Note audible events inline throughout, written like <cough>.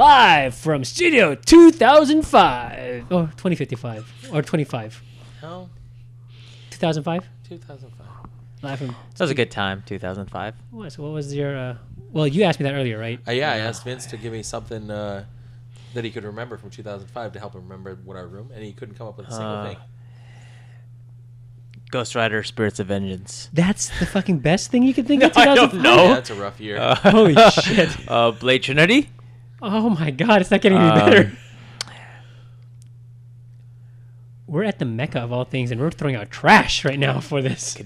live from Studio 2005 or 2055 Oh, or 25. No, 2005? 2005. Live from. That was a good time, 2005. What, so what was your? Uh, well, you asked me that earlier, right? Uh, yeah, I asked Vince to give me something uh, that he could remember from 2005 to help him remember what our room, and he couldn't come up with a single Uh, thing. Ghost Rider: Spirits of Vengeance. That's the fucking best thing you could think of. No, I don't 2005? know. Yeah, that's a rough year. <laughs> <laughs> Holy shit. Uh, Blade Trinity. Oh my god, it's not getting any Um, better. We're at the mecca of all things, and we're throwing out trash right now for this.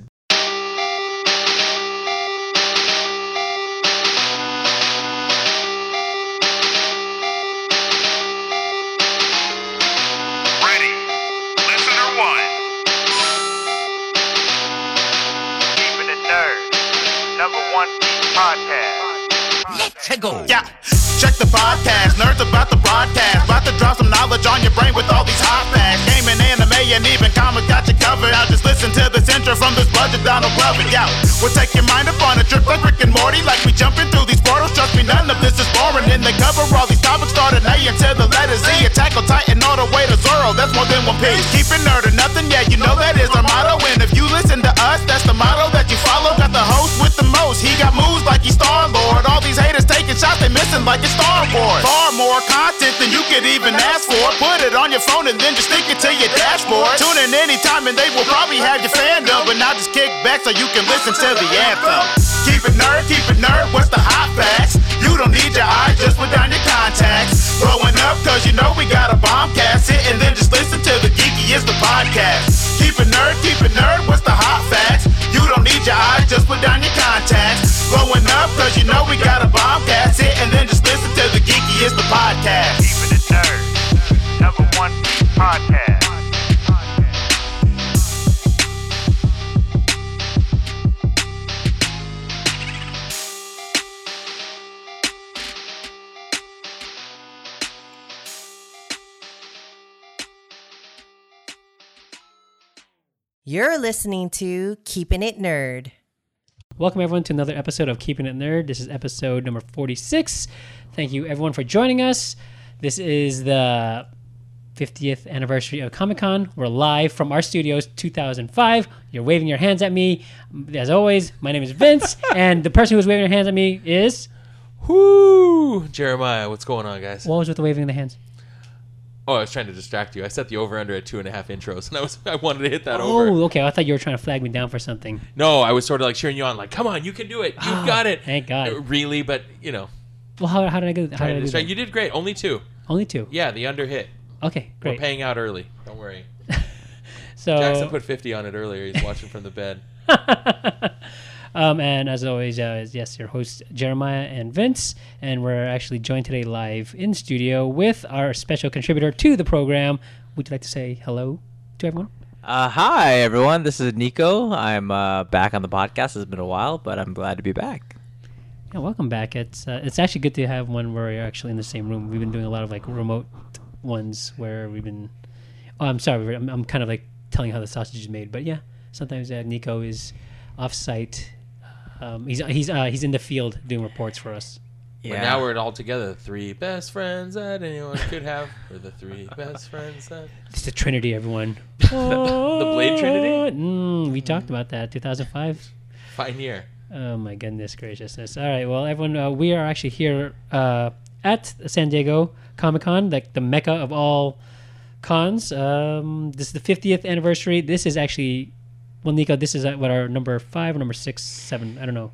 Ready. Listener one. Keeping it nerd. Number one geek podcast. Yeah. Check the podcast, nerds about the broadcast. About to drop some knowledge on your brain with all these hot facts. Gaming, anime, and even comics got you covered. I just listen to this intro from this budget Donald Glover. Yeah, we'll take your mind up on a trip like Rick and Morty. Like we jumping through these portals. Trust me, none of this is boring. And they cover all these topics starting A until the letter Z. Attack on Titan all the way to Zoro. That's more than one piece. Keep it nerd or nothing. Yeah, you know that is our motto. And if you listen to us, that's the motto that you follow. Got the host with the most. He got moves like he's Star Lord. All these haters taking shots, they missing like it's Star Wars. Far more content than you could even ask for. Put it on your phone and then just stick it to your dashboard. Tune in anytime and they will probably have your fandom. But now just kick back so you can listen to the anthem. Keep it nerd, keep it nerd. What's the hot facts? You don't need your eyes, just put down your contacts. Blowing up, cause you know we got a bombcast. Sit and then just listen to the geeky is the podcast. Keep it nerd, keep it nerd. What's the hot facts? You don't need your eyes, just put down your contacts. Blowing up, cause you know we got a bombcast. Sit and then just listen to the geeky is the podcast. Keeping it nerd. Number one geek podcast. You're listening to Keeping It Nerd. Welcome everyone to another episode of Keeping It Nerd. This is episode number 46. Thank you everyone for joining us. This is the 50th anniversary of Comic Con. We're live from our studios 2005. You're waving your hands at me. As always, my name <laughs> is Vince, and the person who's waving their hands at me is. Whoo! Jeremiah, what's going on, guys? What was with the waving of the hands? Oh, I was trying to distract you. I set the over under at two and a half intros, and I was I wanted to hit that over. Oh, okay. I thought you were trying to flag me down for something. No, I was sort of like cheering you on, like, "Come on, you can do it. You've got it." Ah, thank God. Uh, Really, but you know, Well, how, how did I go? trying How did to I do distract. that? You did great. Only two. Only two. Yeah, the under hit. Okay, We're great. paying out early. Don't worry. <laughs> So Jackson put fifty on it earlier. He's watching from the bed. Um, and as always, uh, is- yes, your hosts Jeremiah and Vince, and we're actually joined today live in studio with our special contributor to the program. Would you like to say hello to everyone? Uh, hi everyone, this is Nico. I'm uh, back on the podcast. It's been a while, but I'm glad to be back. Yeah, welcome back. It's uh, it's actually good to have one where you're actually in the same room. We've been doing a lot of like remote ones where we've been. Oh, I'm sorry. I'm, I'm kind of like telling how the sausage is made, but yeah, sometimes uh, Nico is off-site. Um, he's he's uh, he's in the field doing reports for us. Yeah. But now we're all together. Three best friends that anyone could have. We're the three best friends that. It's the Trinity, everyone. <laughs> The Blade Trinity. Mm, we talked about that 2005. Fine year. Oh my goodness graciousness! All right, well everyone, uh, we are actually here uh, at San Diego Comic Con, like the mecca of all cons. Um, this is the 50th anniversary. This is actually, well, Nico, this is uh, what our number five, or number six, seven. I don't know.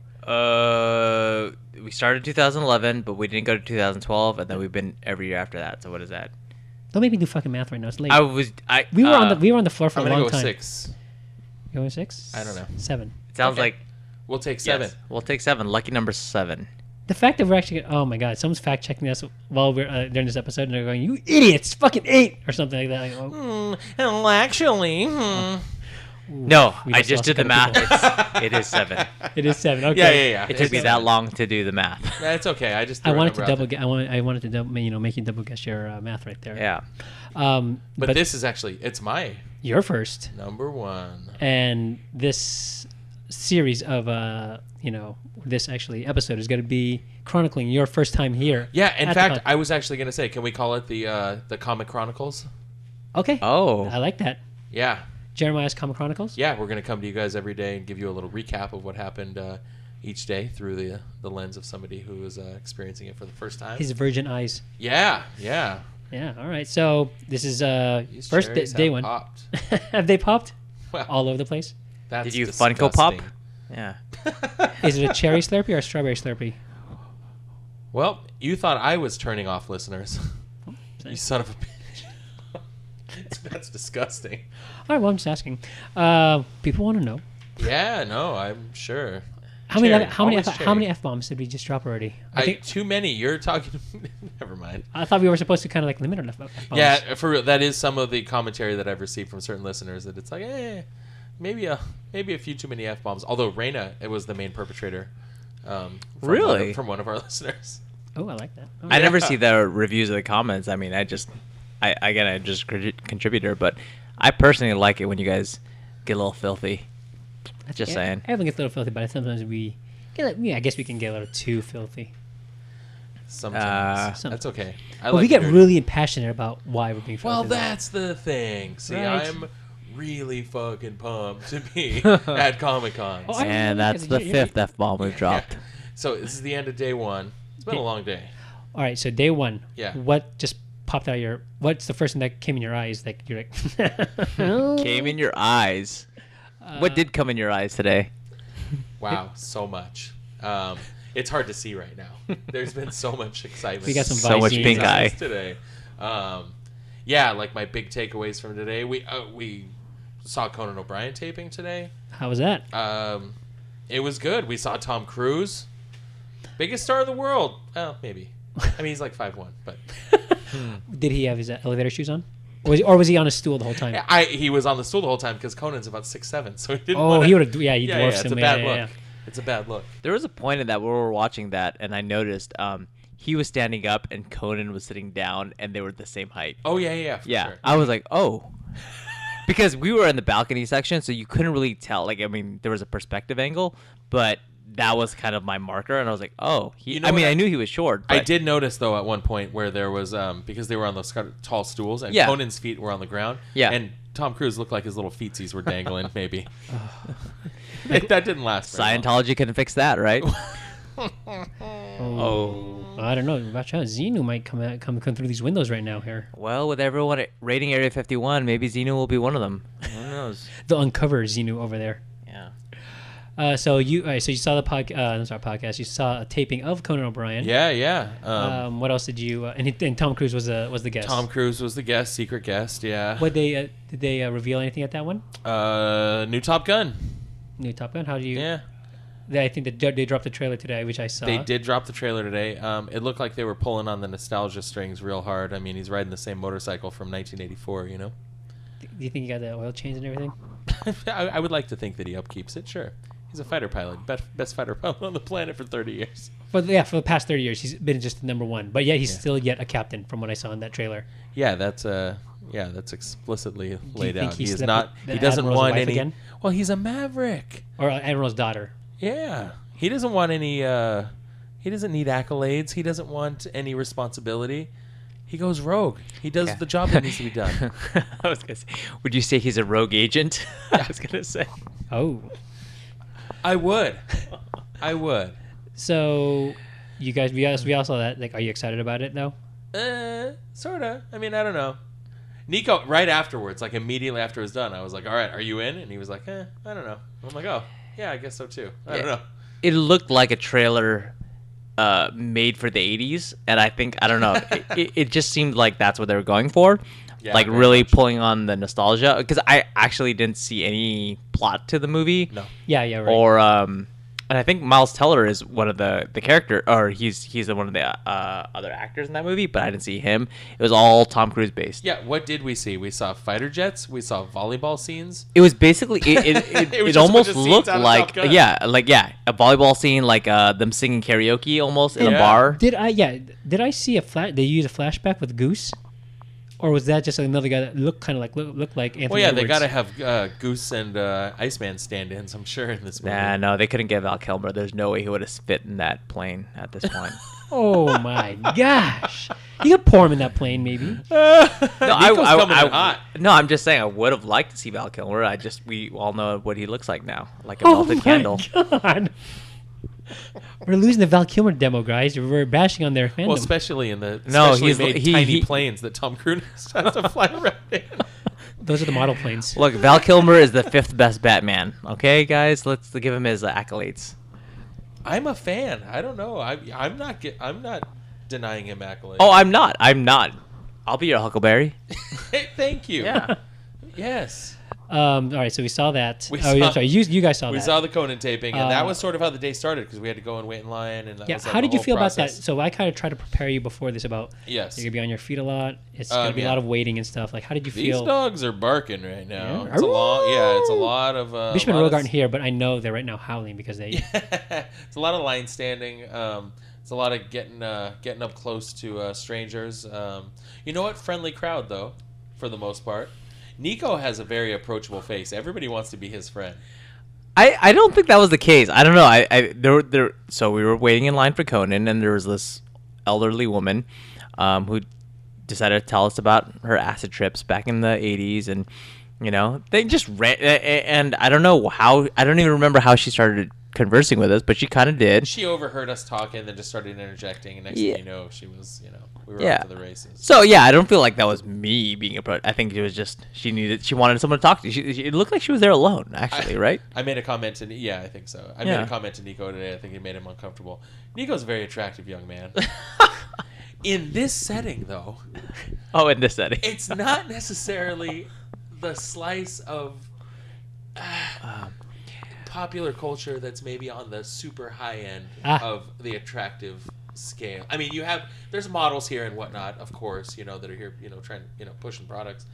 Uh, we started 2011, but we didn't go to 2012, and then we've been every year after that. So what is that? Don't make me do fucking math right now. It's late. I was I. we were on uh, the we were on the floor for I'm a gonna long go time. six. You going six? I don't know. Seven. it sounds okay. like We'll take seven. seven. We'll take seven. Lucky number seven. The fact that we're actually oh my god, someone's fact checking us while we're uh, during this episode, and they're going, "You idiots, fucking eight or something like that." Like, hmm, oh, Well, actually, <laughs> hmm. No, we I just just lost did a the couple math. It's, <laughs> it is seven. It is seven. Okay. yeah, yeah, yeah. It took me that long to do the math. That's okay. I just. I threw a wanted to number out double. there. Gu- I wanted. I wanted to double. You know, make you double guess your uh, math right there. Yeah. Um, But, but, this is actually it's my you're first, number one. and this series of uh, you know this actually episode is going to be chronicling your first time here. Yeah, in at the fact, con. I was actually gonna say, can we call it the uh, the Comic Chronicles? okay. Oh. I like that. Yeah, Jeremiah's Comic Chronicles. yeah, we're gonna come to you guys every day and give you a little recap of what happened uh, each day through the the lens of somebody who is uh, experiencing it for the first time. His virgin eyes. yeah, yeah. Yeah. All right. So this is uh These first day, cherries day have one. popped. <laughs> have they popped Well, all over the place? that's Did you disgusting. Funko Pop? Yeah. Is it a cherry Slurpee or a strawberry Slurpee? Well, you thought I was turning off listeners. <laughs> Oh, you son of a bitch. <laughs> That's disgusting. All right. Well, I'm just asking. Uh, people want to know Yeah, no, I'm sure. how many Cherry, how many always F, how cherry. many f bombs did we just drop already? I, I think too many. You're talking. <laughs> Never mind. I thought we were supposed to kind of like limit on f bombs. Yeah, for real. That is some of the commentary that I've received from certain listeners that it's like, eh, maybe a maybe a few too many f bombs. Although Reyna, it was the main perpetrator. Um, from one Really? of, from one of our <laughs> listeners. Oh, I like that. All I right. never see the reviews of the comments. I mean, I just, I again, I just cri- contributor, but I personally like it when you guys get a little filthy. Just Yeah, saying. Everyone gets a little filthy, but sometimes we get. a- yeah, I guess we can get a little too filthy. Uh, Sometimes that's Sometimes. okay. I But we like get nerd- really passionate about why we're being filthy. Well, though. that's the thing. See, Right. I'm really fucking pumped to <laughs> be at Comic Con. Oh, I didn't And know that. that's the Did you- fifth F bomb we've dropped. So this is the end of day one. It's been a long day. All right, so day one. Yeah. What just popped out of your? What's the first thing that came in your eyes? Like you're like. <laughs> Came in your eyes. what did come in your eyes today? Wow, so much. Um, it's hard to see right now. There's been so <laughs> much excitement. We got some So much Visine. pink eye. today. Um, yeah, like my big takeaways from today. We uh, we saw Conan O'Brien taping today. How was that? Um, it was good. We saw Tom Cruise, biggest star in the world. Well, maybe. I mean, he's like five one, <laughs> but <sighs> Did he have his uh, elevator shoes on? Or was, or was he on a stool the whole time? I he was on the stool the whole time because Conan's about six seven, so he didn't. Oh, wanna- he would've- yeah, he dwarfs it's him, a yeah, bad yeah, look. yeah. It's a bad look. There was a point in that where we were watching that, and I noticed um, he was standing up and Conan was sitting down, and they were the same height. Oh yeah, yeah, yeah. for Yeah, sure. I was like, oh, <laughs> because we were in the balcony section, so you couldn't really tell. Like, I mean, there was a perspective angle, but that was kind of my marker, and I was like, oh, he, You know I what mean, I- I, knew he was short. I but- did notice though at one point where there was um because they were on those kind of tall stools and Yeah. Conan's feet were on the ground. Yeah. And Tom Cruise looked like his little feetsies were dangling. <laughs> maybe <laughs> It- that didn't last. very long. Scientology couldn't fix <laughs> that, right? Oh. Oh. I don't know. Watch out, Xenu might come out, come come through these windows right now. Here, well, with everyone at rating Area 51, maybe Xenu will be one of them. Who knows? the uncover Xenu over there. Yeah. Uh, so you, all right, so you saw the pod, uh, I'm sorry, podcast. You saw a taping of Conan O'Brien. Yeah, yeah. Um, Um, what else did you? Uh, and, it- and Tom Cruise was the was the guest. Tom Cruise was the guest, secret guest. Yeah. What they uh, did they uh, reveal anything at that one? Uh, new Top Gun. New Top Gun. How do you? Yeah. They, I think they, dro- they dropped the trailer today, which I saw. They did drop the trailer today. Um, it looked like they were pulling on the nostalgia strings real hard. I mean, he's riding the same motorcycle from 1984. You know. <laughs> Do you think he got the oil change and everything? I, I would like to think that he upkeeps it. Sure. He's a fighter pilot, best, best fighter <laughs> pilot on the planet for 30 years. For the- yeah, for the past thirty years, he's been just the number one, but yet he's still yet a captain, from what I saw in that trailer. Yeah, that's uh yeah, that's explicitly laid think out. he He is slept not with the he doesn't Admiral's want wife any again? Well, he's a maverick. Or uh, Admiral's daughter. Yeah. He doesn't want any uh he doesn't need accolades. He doesn't want any responsibility. He goes rogue. He does the job that <laughs> needs to be done. I was going to say, would you say he's a rogue agent? I was going to say. Oh, I <laughs> would. I would. so you guys, we also we all saw that. Like, are you excited about it though? Uh, sorta. I mean, I don't know. Nico, right afterwards, like immediately after it was done, I was like, "All right, are you in?" And he was like, "Eh, I don't know." I'm like, "Oh, yeah, I guess so too." I don't know. it looked like a trailer uh, made for the 80s and i think i don't know it, <laughs> it, it just seemed like that's what they were going for Yeah, like very really pulling on the nostalgia because i actually didn't see any plot to the movie No. Yeah, yeah, right. or um and i think miles teller is one of the the character or he's he's one of the uh, other actors in that movie but i didn't see him it was all tom cruise based Yeah, what did we see? We saw fighter jets. We saw volleyball scenes. It was basically <laughs> it. It, it, It was it just a bunch almost of scenes looked out of like Top Gun. yeah, like yeah, a volleyball scene, like uh, them singing karaoke almost in a Yeah. bar. did I? Yeah, did I see a flash? They use a flashback with Goose. or was that just another guy that looked kind of like look, looked like Anthony? Well, yeah, they Edwards? got to have uh, Goose and uh, Iceman stand-ins. I'm sure in this movie. Nah, no, they couldn't get Val Kilmer. There's no way he would have fit in that plane at this <laughs> point. Oh my gosh! You could pour him in that <laughs> plane, maybe. no, I, Nico's coming in hot. no, I'm just saying I would have liked to see Val Kilmer. I just we all know what he looks like now, like a Oh melted my candle. God. We're losing the Val Kilmer demo, guys. We're bashing on their fandom. Well, especially in the No, specially he's- made he- tiny he- planes that Tom Cruise <laughs> has to <laughs> fly around in. Those are the model planes. Look, Val Kilmer is the fifth best Batman. Okay, guys, let's give him his accolades. I'm a fan. I don't know. I, I'm not. Get, I'm not denying him accolades. Oh, I'm not. I'm not. I'll be your Huckleberry. Hey, thank you. Yeah. Yes. Um, all right, so we saw that. We oh, yeah, saw- sorry. You, you guys saw We that. saw the Conan taping, and that Uh, was sort of how the day started because we had to go and wait in line. And that yeah. was, like, How the did you whole feel about process. that? So I kind of tried to prepare you before this about Yes. you're gonna be on your feet a lot. It's Um, gonna be yeah. a lot of waiting and stuff. Like, how did you These feel? dogs are barking right now. Yeah. It's a long. Yeah, it's a lot of. Uh, Bishop and lot of- Rogue aren't here, but I know they're right now howling because they. it's a lot of line standing. Um, it's a lot of getting uh, getting up close to uh, strangers. Um, you know what? Friendly crowd though, for the most part. Nico has a very approachable face. Everybody wants to be his friend. I, I don't think that was the case. I don't know. I, I there were- there so we were waiting in line for Conan and there was this elderly woman um, who decided to tell us about her acid trips back in the 80s and you know they just ran a- a- and I don't know how I don't even remember how she started conversing with us but she kind of did. She overheard us talking, then just started interjecting, and next Yeah. thing you know, she was you know we were Yeah. off to the races. So yeah, I don't feel like that was me being approached. I think it was just she needed she wanted someone to talk to. She, she, it looked like she was there alone actually, right? I made a comment to yeah, I think so. I made Yeah. a comment to Nico today. I think it made him uncomfortable. Nico's a very attractive young <laughs> man. In this setting, though, Oh, in this setting. it's not necessarily the slice of uh, popular culture that's maybe on the super high end Ah. of the attractive scale. I mean, you have there's models here and whatnot, of course, you know that are here, you know, trying, you know, pushing products.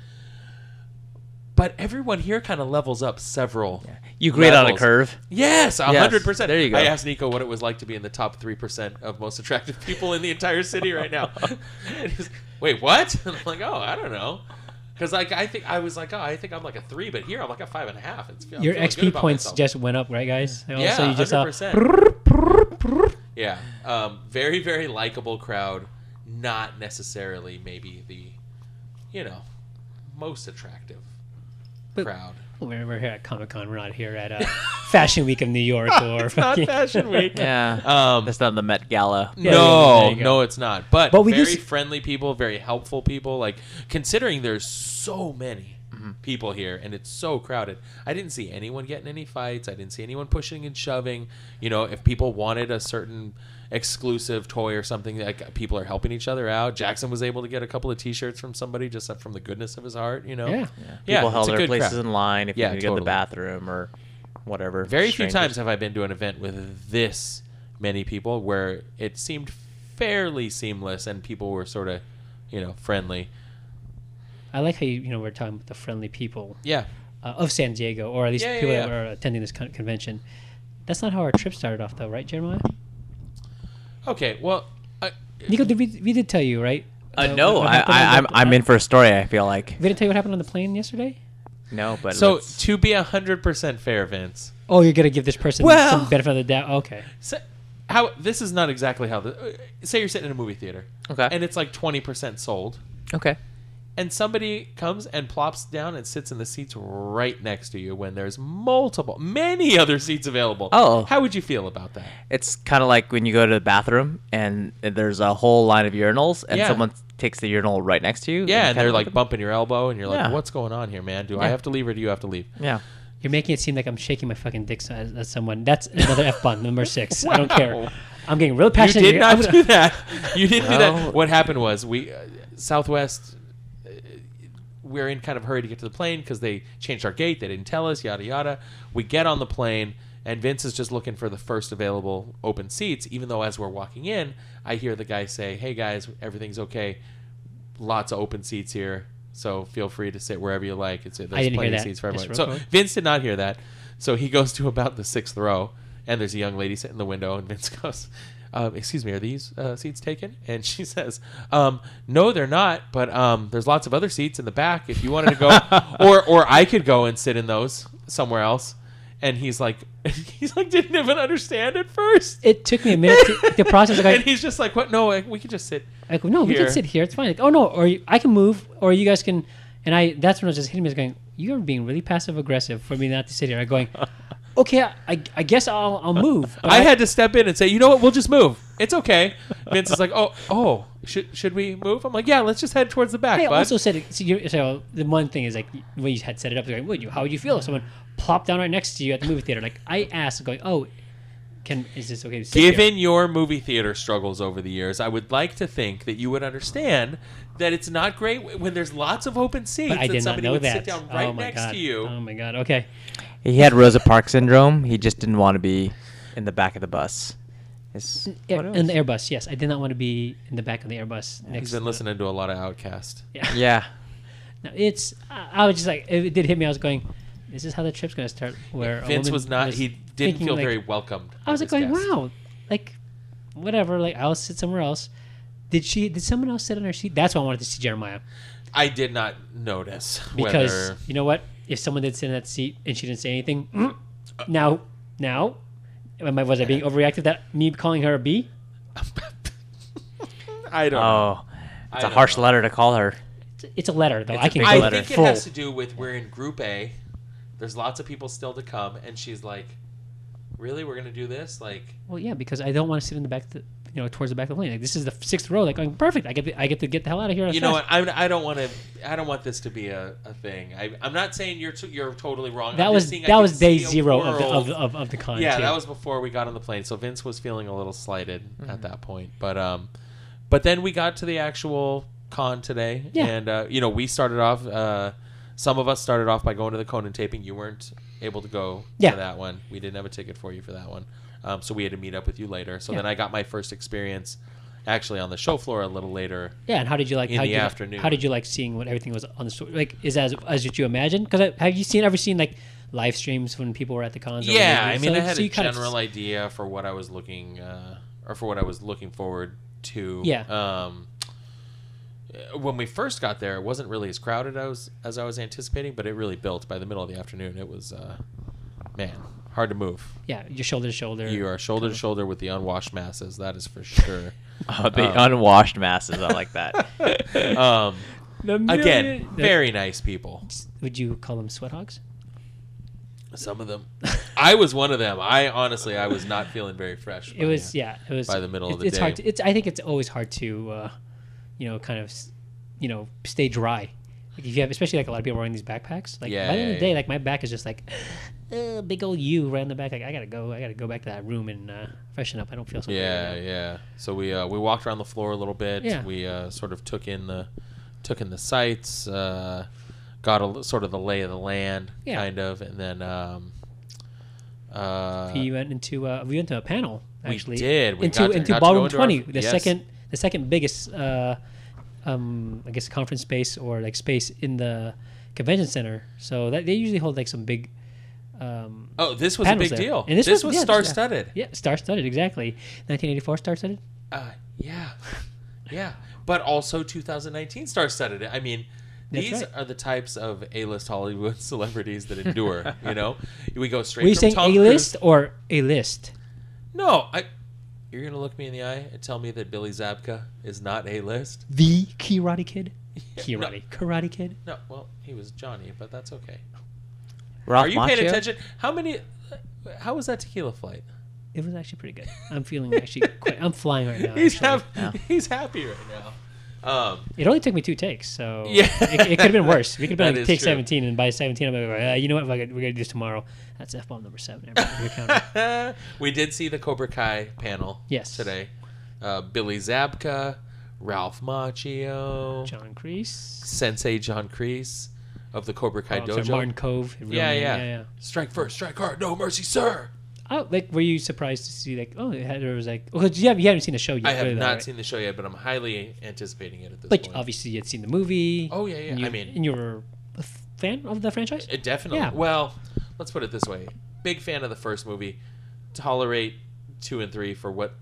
But everyone here kind of levels up several. You grade on a levels. curve. Yes, a Yes, hundred percent. there you go. I asked Nico what it was like to be in the top three percent of most attractive people in the entire city right <laughs> now. and he's, wait, what? <laughs> And I'm like, oh, I don't know, because like I think I was like, oh, I think I'm like a three, but here I'm like a five and a half. It's I'm Your feeling good XP about points myself. just went up, right, guys? And yeah, also you hundred just saw- percent. Yeah, um, very very likable crowd. Not necessarily maybe the, you know, most attractive But- crowd. We're, we're here at Comic Con. We're not here at uh, <laughs> Fashion Week of <laughs> New York or <laughs> Not fucking. Fashion Week. Yeah. Um, That's not the Met Gala. Yeah, yeah, no, there you go. no, it's not. But, But we do very s- friendly people, very helpful people. Like considering there's so many Mm-hmm. people here and it's so crowded, I didn't see anyone getting any fights. I didn't see anyone pushing and shoving. You know, if people wanted a certain exclusive toy or something, like people are helping each other out. Jackson was able to get a couple of T-shirts from somebody just from the goodness of his heart. You know, Yeah. yeah, People held it's a their good places crowd. in line if Yeah, you could go totally. to the bathroom or whatever. Very Strangers. few times have I been to an event with this many people where it seemed fairly seamless and people were sort of, you know, friendly. <laughs> I like how you, you know we're talking about the friendly people Yeah. uh, of San Diego, or at least Yeah, yeah, people that yeah. were attending this con- convention. That's not how our trip started off, though, right, Jeremiah? Okay. Well, I, Nico, did we, we did tell you, right? Uh, Uh, no, what I, happened on I, I'm, the- I'm in for a story. I feel like We didn't tell you what happened on the plane yesterday. no, but so let's- to be hundred percent fair, Vince. Oh, you're gonna give this person Well- some benefit of the doubt. Okay, Say, how this is not exactly how the uh, say you're sitting in a movie theater. Okay. And it's like twenty percent sold, okay, and somebody comes and plops down and sits in the seats right next to you when there's multiple, many other seats available. Oh. How would you feel about that? it's kind of like when you go to the bathroom and there's a whole line of urinals and Yeah. someone takes the urinal right next to you. you Yeah, and kinda they're look like at them. bumping your elbow, and you're like, Yeah. "What's going on here, man? Do I Yeah. have to leave or do you have to leave?" yeah. you're making it seem like I'm shaking my fucking dick so- at, at someone. That's another f bomb, number six. I don't care. Wow. I'm getting real You passionate. did here. not I'm gonna- do that. You didn't do Well- that. What happened was we uh, Southwest. uh, We're in kind of a hurry to get to the plane because they changed our gate. They didn't tell us, yada yada. We get on the plane, and Vince is just looking for the first available open seats. Even though as we're walking in, I hear the guy say, "Hey guys, everything's okay. Lots of open seats here, so feel free to sit wherever you like. It's there's I didn't plenty hear of that. seats for Just everyone." real So quick. Vince did not hear that. So he goes to about the sixth row, and there's a young lady sitting in the window, and Vince <laughs> goes, uh, "Excuse me, are these uh, seats taken?" And she <laughs> says, um, "No, they're not. But um, there's lots of other seats in the back if you wanted to go, or or I could go and sit in those somewhere else." And he's like, he's like, didn't even understand at first. It took me a minute to, to process. Like, And I, he's just like, "What? No, like, we could just sit." I go, no, we Here. can sit here. It's fine. Like, oh no, or you, I can move, or you guys can. And I, that's when I was just hitting me, I was going, you are being really passive aggressive for me not to sit here. I'm going, okay, I, I guess I'll, I'll move. But I had to step in and say, you know what? We'll just move. It's okay. Vince is like, oh, oh, should should we move? I'm like, yeah, let's just head towards the back. I bud." also said, so, you, so the one thing is like when you had set it up, like, would you? How would you feel if someone plopped down right next to you at the movie theater? Like I asked, going, oh, can is this okay? To sit here? Given your movie theater struggles over the years, I would like to think that you would understand that it's not great w- when there's lots of open seats But I and did not somebody know would that. sit down right oh my next god! to you. Oh my god! Okay, He had Rosa Parks syndrome. He just didn't want to be in the back of the bus. It's- Air, what in the else? Airbus. Yes, I did not want to be in the back of the Airbus next. He's been listening to a lot of Outcast. yeah. No, it's. I, I was just like, it, did hit me. I was going, this is how the trip's going to start. Where a Vince woman was not. He didn't thinking, feel like- very welcomed. I was like, as going, guest. wow, like, whatever. Like, I'll sit somewhere else. Did she? Did someone else sit on her seat? That's why I wanted to see Jeremiah. I did not notice because whether you know what? If someone did sit in that seat and she didn't say anything, <clears throat> mm, now, now, am I, was I being overreactive? That me calling her a B? I don't. know. Oh, it's a don't harsh know. letter to call her. It's, it's a letter though. It's I a can big go I letter. think it full. has to do with we're in Group A. There's lots of people still to come, and she's like, "Really, we're gonna do this?" Like, Well, yeah, because I don't want to sit in the back, of the, you know, towards the back of the plane. Like this is the sixth row. Like, going, perfect. I get, the, I get to get the hell out of here. you know fast. what? I'm, I don't want to. I don't want this to be a, a thing. I, I'm not saying you're t- you're totally wrong. That I'm was just saying I that can was day see a zero of the, world- of, of, of the con. yeah, too. that was before we got on the plane. So Vince was feeling a little slighted Mm-hmm. at that point. But um, but then we got to the actual con today, Yeah. and uh, you know we started off. Uh, some of us started off by going to the Conan taping. You weren't able to go Yeah. to that one. We didn't have a ticket for you for that one. Um, so we had to meet up with you later. So Yeah. then I got my first experience, actually on the show floor a little later. Yeah, and how did you like In how the did you like- afternoon. how did you like seeing what everything was on the store? Like, is as as what you imagined? Because have you seen ever seen like live streams when people were at the cons? or yeah whatever? i So, mean i like, had so a you kinda- general idea for what i was looking uh, or for what i was looking forward to Yeah. um uh, when we first got there it wasn't really as crowded as as i was anticipating but it really built by the middle of the afternoon it was uh man hard to move yeah, your shoulder to shoulder. you are shoulder to shoulder with the unwashed masses that is for <laughs> sure Oh, the unwashed masses. I like that. <laughs> um <laughs> The million- again the- very nice people Would you call them sweat hogs? Oh, some of them i was one of them i honestly i was not feeling very fresh It was yeah. It was By the middle of it- the it's Hard day. to, it's I think it's always hard to, uh, you know, kind of, s- you know, stay dry. Like if you have, especially like a lot of people wearing these backpacks. Like Yeah, by the end yeah, of the day, yeah. like my back is just like, uh, big old U right in the back. Like I gotta go. I gotta go back to that room and uh, freshen up. I don't feel so. good Yeah, right now. yeah. So we uh, we walked around the floor a little bit. Yeah. We uh, sort of took in the took in the sights, uh, got a l- sort of the lay of the land, Yeah. kind of, and then um, uh, we went into uh, we went to a panel We actually. did. We into got to- into got to go ballroom into our- twenty, the yes. second the second biggest uh, um, I guess conference space or like space in the convention center. So that they usually hold like some big um, oh, this was a panels big there. deal. And this, was yeah, this- star studded. Yeah, star studded exactly. 1984 star studded. Uh, yeah, yeah. But also 2019 star studded. I mean, That's these right. are the types of A-list Hollywood <laughs> celebrities that endure. you <laughs> know, we go straight. Were you from saying Tom a list Cruise- or a list? No, I. You're gonna look me in the eye and tell me that Billy Zabka is not A-list. The Karate Kid. <laughs> no. Karate Karate Kid. No, well, he was Johnny, but that's okay. Ralph Are you Macchio? paying attention? How many? How was that tequila flight? It was actually pretty good. I'm feeling <laughs> actually quite. I'm flying right now. He's actually. happy. <laughs> He's happy right now. <laughs> Um, It only took me two takes, so Yeah. it, it could have been worse. <laughs> We could have been That like is take true. 17, and by 17, I'm like, uh, you know what? We're gonna, we're gonna do this tomorrow. That's f bomb number seven. Everybody, you're counting. we did see the Cobra Kai panel. Yes. Today, uh, Billy Zabka, Ralph Macchio, John Creese, Sensei John Kreese of the Cobra Kai oh, I'm dojo. sorry, Martin Cove. his <laughs> real yeah, name, yeah, yeah, yeah. Strike first, strike hard, no mercy, sir. Oh, like, were you surprised to see like, oh, it had, there was like, oh, you haven't, you haven't seen the show yet. I have really, though, not right? seen the show yet, but I'm highly anticipating it at this But point. obviously, you'd seen the movie. Oh, yeah, yeah. and you- I mean- and you were a fan of the franchise. Uh, definitely. Yeah. Well, let's put it this way: big fan of the first movie. Tolerate two and three for what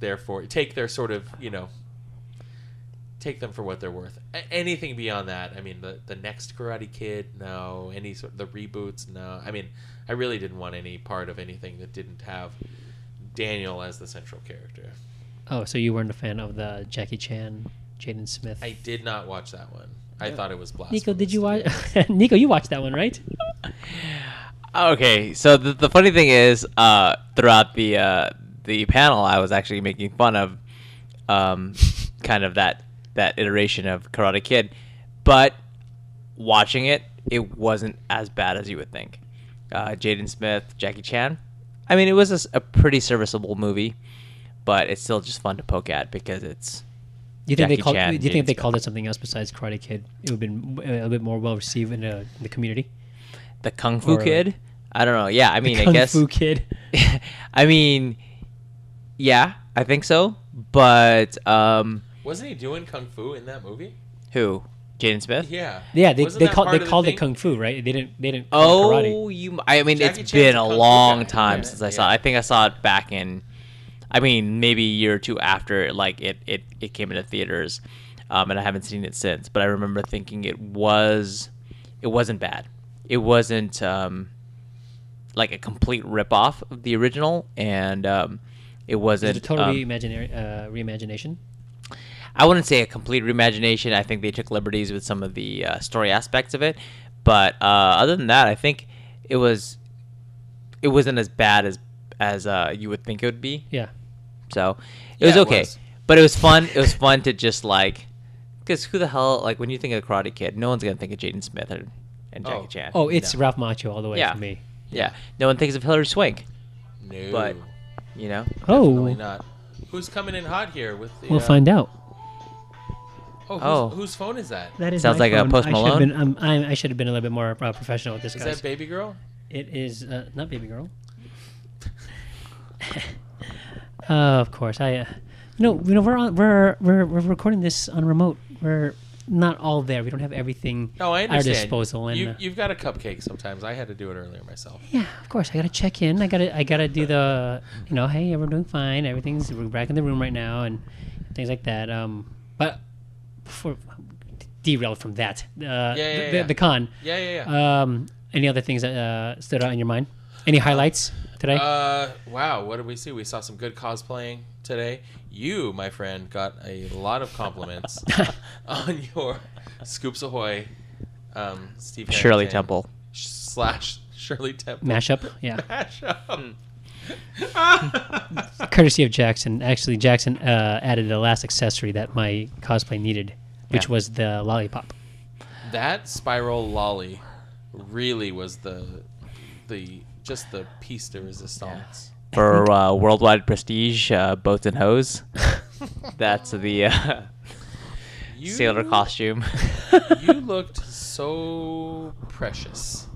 therefore take their sort of you know take them for what they're worth. A- anything beyond that, I mean, the the next Karate Kid, no. Any sort the reboots, no. I mean, I really didn't want any part of anything that didn't have Daniel as the central character. Oh, so you weren't a fan of the Jackie Chan, Jaden Smith. I did not watch that one. I thought it was blasphemous. Nico, did you to me. watch? <laughs> Nico, you watched that one, right? Okay, so the, the funny thing is, uh, throughout the uh, the panel, I was actually making fun of, <laughs> um, kind of that that iteration of Karate Kid, but watching it, it wasn't as bad as you would think. Uh, Jaden Smith, Jackie Chan, I mean, it was a, s- a pretty serviceable movie, but it's still just fun to poke at because it's You think they Jackie called? Chan, do you think if Jaden they Smith. called it something else besides Karate Kid, it would have been uh, a little bit more well received in, uh, in the community? the Kung Fu Or like- Kid. I don't know. Yeah, I mean, I Kung guess Fu <laughs> Kid. I mean, yeah, I think so. But um, Wasn't he doing kung fu in that movie? who? Jaden Smith? Yeah. Yeah, they, Wasn't they that called part they of the called it thing? Kung Fu, right? They didn't they didn't call it karate. Oh, you. I mean, Jackie it's Chan's been a a kung fu long guy. time Yeah, since I saw. yeah. it. I think I saw it back in. I mean, maybe a year or two after, like it it it came into theaters, um, and I haven't seen it since. But I remember thinking it was, it wasn't bad. It wasn't um, like a complete ripoff of the original, and um, Is it it a wasn't total um, reimaginary uh, reimagination? I wouldn't say a complete reimagination. I think they took liberties with some of the uh, story aspects of it, but uh, other than that, I think it was it wasn't as bad as as uh, you would think it would be. Yeah. So it Yeah, was it okay, was. but it was fun. It was fun to just like because who the hell like when you think of Karate Kid, no one's gonna think of Jaden Smith or, and Jackie Oh. Chan. Oh, it's no. Ralph Macho all the way Yeah. for me. yeah. No one thinks of Hillary Swank, No. but you know. Probably Oh, not. Who's coming in hot here with the? we'll uh, find out. Oh, whose- Oh. whose phone is that? That is Sounds my like a phone. Post I should've Malone? Been, um, I, I should have been a little bit more uh, professional with this, Is guys. that baby girl? it is uh, not baby girl. uh, of course, I. Uh, you know, you know, we're on, we're we're we're recording this on remote. We're not all there. We don't have everything No, I at our understand. disposal. And you, uh, you've got a cupcake sometimes. I had to do it earlier myself. yeah, of course, I gotta check in. I gotta I gotta do the you know, hey, we're doing fine. Everything's we're back in the room right now and things like that. Um, but before derailed from that, uh, yeah, yeah, the, yeah. the con. Yeah, yeah, yeah. Um, any other things that uh, stood out in your mind? Any highlights today? Uh, wow, what did we see? We saw some good cosplaying today. You, my friend, got a lot of <laughs> compliments on your Scoops Ahoy, um, Steve Shirley Harrington Temple. slash Shirley Temple Mashup, yeah, <laughs> mashup. <laughs> Hmm. courtesy of Jackson. Actually, Jackson uh, added the last accessory that my cosplay needed, which Yeah. was the lollipop. That spiral lolly really was the the just the piece de resistance. <laughs> <laughs> for uh, worldwide prestige uh, boats and hose. That's the uh, You, <laughs> sailor costume. you looked so precious.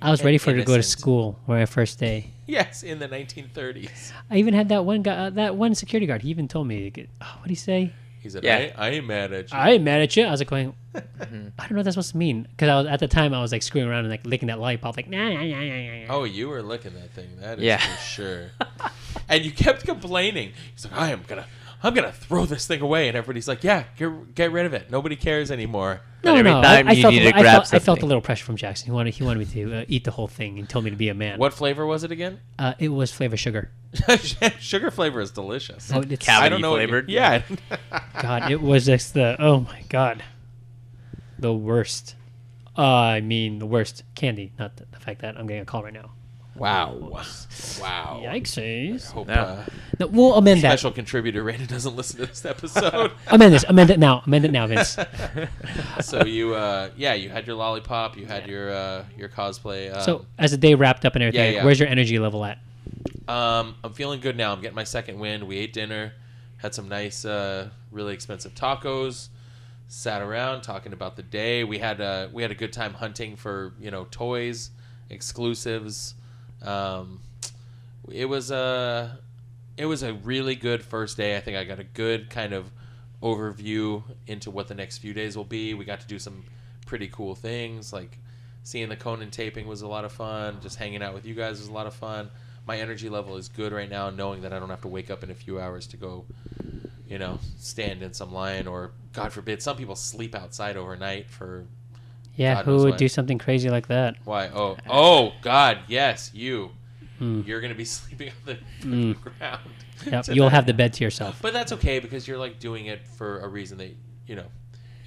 I was And ready for it to go to innocent. school, my first day. Yes, in the 1930s. I even had that one guy, uh, that one security guard. He even told me, like, oh, "What would he say?" He said, Yeah. I, I ain't mad at you. Mm-hmm. I ain't mad at you. I was like going, I don't know what that's supposed to mean because I was at the time I was like screwing around and like licking that lollipop, like nah, nah, nah, nah, nah, nah. Oh, you were licking that thing. That is Yeah. for sure. <laughs> and you kept complaining. He's like, I am gonna, I'm gonna throw this thing away. And everybody's like, Yeah, get, get rid of it. Nobody cares anymore. No, every no, I, time I you felt, need a- to I, grab felt, I felt a something. little pressure from Jackson. He wanted, he wanted me to uh, eat the whole thing and told me to be a man. What flavor was it again? Uh, it was flavor sugar. <laughs> Sugar flavor is delicious. Oh, it's, Cavity I don't know. what you- <laughs> flavored. yeah. God, it was just the oh my god, the worst. Uh, I mean, the worst candy. Not the, the fact that I'm getting a call right now. wow. Wow. Yikesies. Hope, No. uh, No, we'll amend that. special contributor Raina doesn't listen to this episode. <laughs> Amend this. Amend it now. Amend it now, Vince. <laughs> so you, uh, yeah, you had your lollipop. You had your uh, your cosplay. Um, So as the day wrapped up and everything, yeah, like, yeah. where's your energy level at? Um, I'm feeling good now. I'm getting my second win. We ate dinner, had some nice, uh, really expensive tacos. Sat around talking about the day. We had a we had a good time hunting for you know toys, exclusives. Um, it was uh, a it was a really good first day. I think I got a good kind of overview into what the next few days will be. We got to do some pretty cool things like seeing the Conan taping was a lot of fun. Just hanging out with you guys was a lot of fun. my energy level is good right now, knowing that I don't have to wake up in a few hours to go, you know, stand in some line or God forbid, some people sleep outside overnight for Yeah, God who knows would why. do something crazy like that? why? Oh, oh God, yes, you. You're gonna be <laughs> sleeping on the, the ground. Hmm. Yep, tonight. you'll have the bed to yourself. But that's okay because you're like doing it for a reason that you know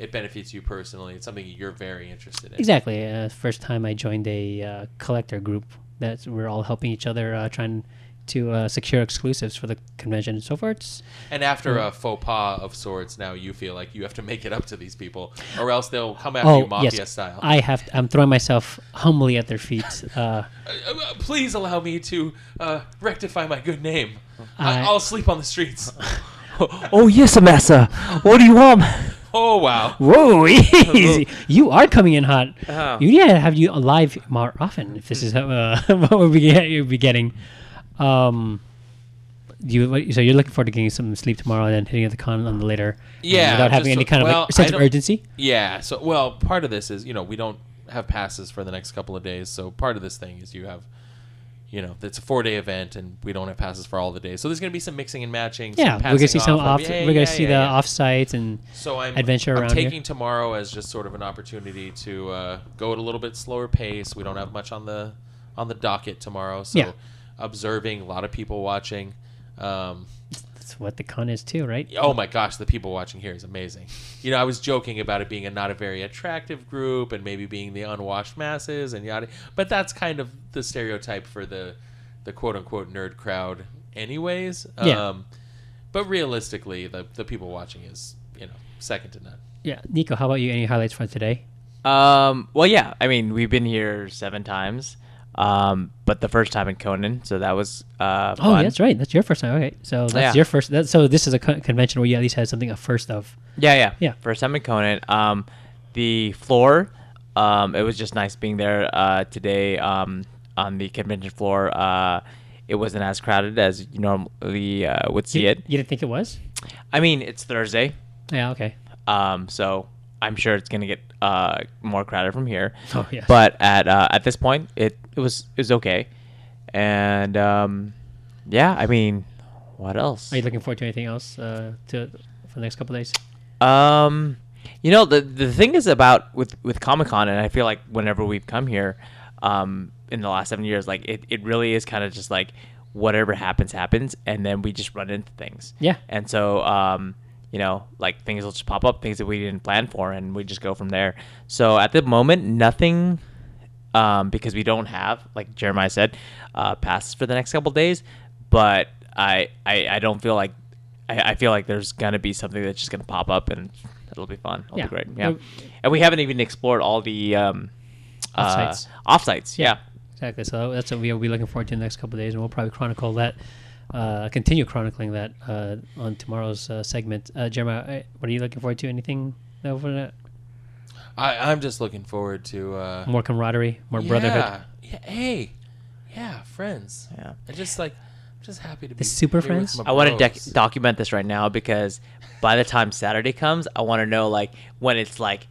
it benefits you personally. It's something you're very interested in. Exactly. Uh, first time I joined a uh, collector group that we're all helping each other uh, trying to uh, secure exclusives for the convention and so forth. uh, And after Hmm. a faux pas of sorts, now you feel like you have to make it up to these people, or else they'll come after you Oh mafia yes, style. I have. I'm throwing myself humbly at their feet. Uh, Uh, uh, Please allow me to uh, rectify my good name. I, I- I'll sleep on the streets. <laughs> <laughs> Oh yes, Amasa. What do you want? Oh wow! <laughs> Whoa, <laughs> easy. You are coming in hot. Uh-huh. Oh. You need to have you live more often if this is how, uh, <laughs> what we'll be, get- you'll be getting. Um, you so you're looking forward to getting some sleep tomorrow and then hitting the con on the later. um, Yeah, without having just any so- kind of well, like, sense I of don't- urgency. Yeah. So well, part of this is you know we don't have passes for the next couple of days, so part of this thing is you have. You know, it's a four-day event, and we don't have passes for all the days, so there's going to be some mixing and matching. Yeah, some we're gonna see passing some I'll off. be, "Hey, we're gonna yeah, see yeah, the yeah." off sites and So I'm adventure I'm around here. taking tomorrow as just sort of an opportunity to uh, go at a little bit slower pace. We don't have much on the on the docket tomorrow, so Yeah. observing a lot of people watching. Um, that's what the con is too, right? oh my gosh, the people watching here is amazing. You know, I was joking about it being a not a very attractive group and maybe being the unwashed masses and yada, but that's kind of the stereotype for the the quote unquote nerd crowd, anyways. Yeah. Um, but realistically, the the people watching is you know second to none. Yeah, Nico, how about you? Any highlights for today? Um. Well, yeah. I mean, we've been here seven times. Um. But the first time in Conan, so that was uh. Oh, fun. that's right. That's your first time. Okay, so that's Yeah. your first. That, so this is a con- convention where you at least had something a first of. Yeah, yeah, Yeah. First time in Conan. Um, the floor. Um, it was just nice being there uh, today. Um, on the convention floor. Uh, it wasn't as crowded as you normally uh, would see You- it. You didn't think it was? I mean, it's Thursday. Yeah. Okay. Um, so I'm sure it's gonna get uh more crowded from here. Oh, yes. But at uh, at this point, it it was it was okay, and um, yeah. I mean, what else? Are you looking forward to anything else uh, to for the next couple days? Um, you know the the thing is about with with Comic Con, and I feel like whenever we've come here, um, in the last seven years, like it, it really is kind of just like whatever happens happens, and then we just run into things. Yeah. And so, um, you know, like things will just pop up, things that we didn't plan for, and we just go from there. So at the moment, nothing. Um, because we don't have, like Jeremiah said, uh, passes for the next couple days, but I, I I don't feel like I, I feel like there's gonna be something that's just gonna pop up and it'll be fun. It'll Yeah. be great. Yeah. Uh, And we haven't even explored all the um uh, Offsites. offsites. Yeah. Exactly. So that's what we'll be looking forward to in the next couple days, and we'll probably chronicle that, uh, continue chronicling that uh, on tomorrow's uh, segment. Uh, Jeremiah, uh, what are you looking forward to? Anything over that? I, I'm just looking forward to uh, More camaraderie, more brotherhood. Yeah. yeah, hey, yeah, friends. Yeah. and just like, I'm just happy to be super here with friends? my I want to bros. dec- document this right now because by the time Saturday comes, I want to know like when it's like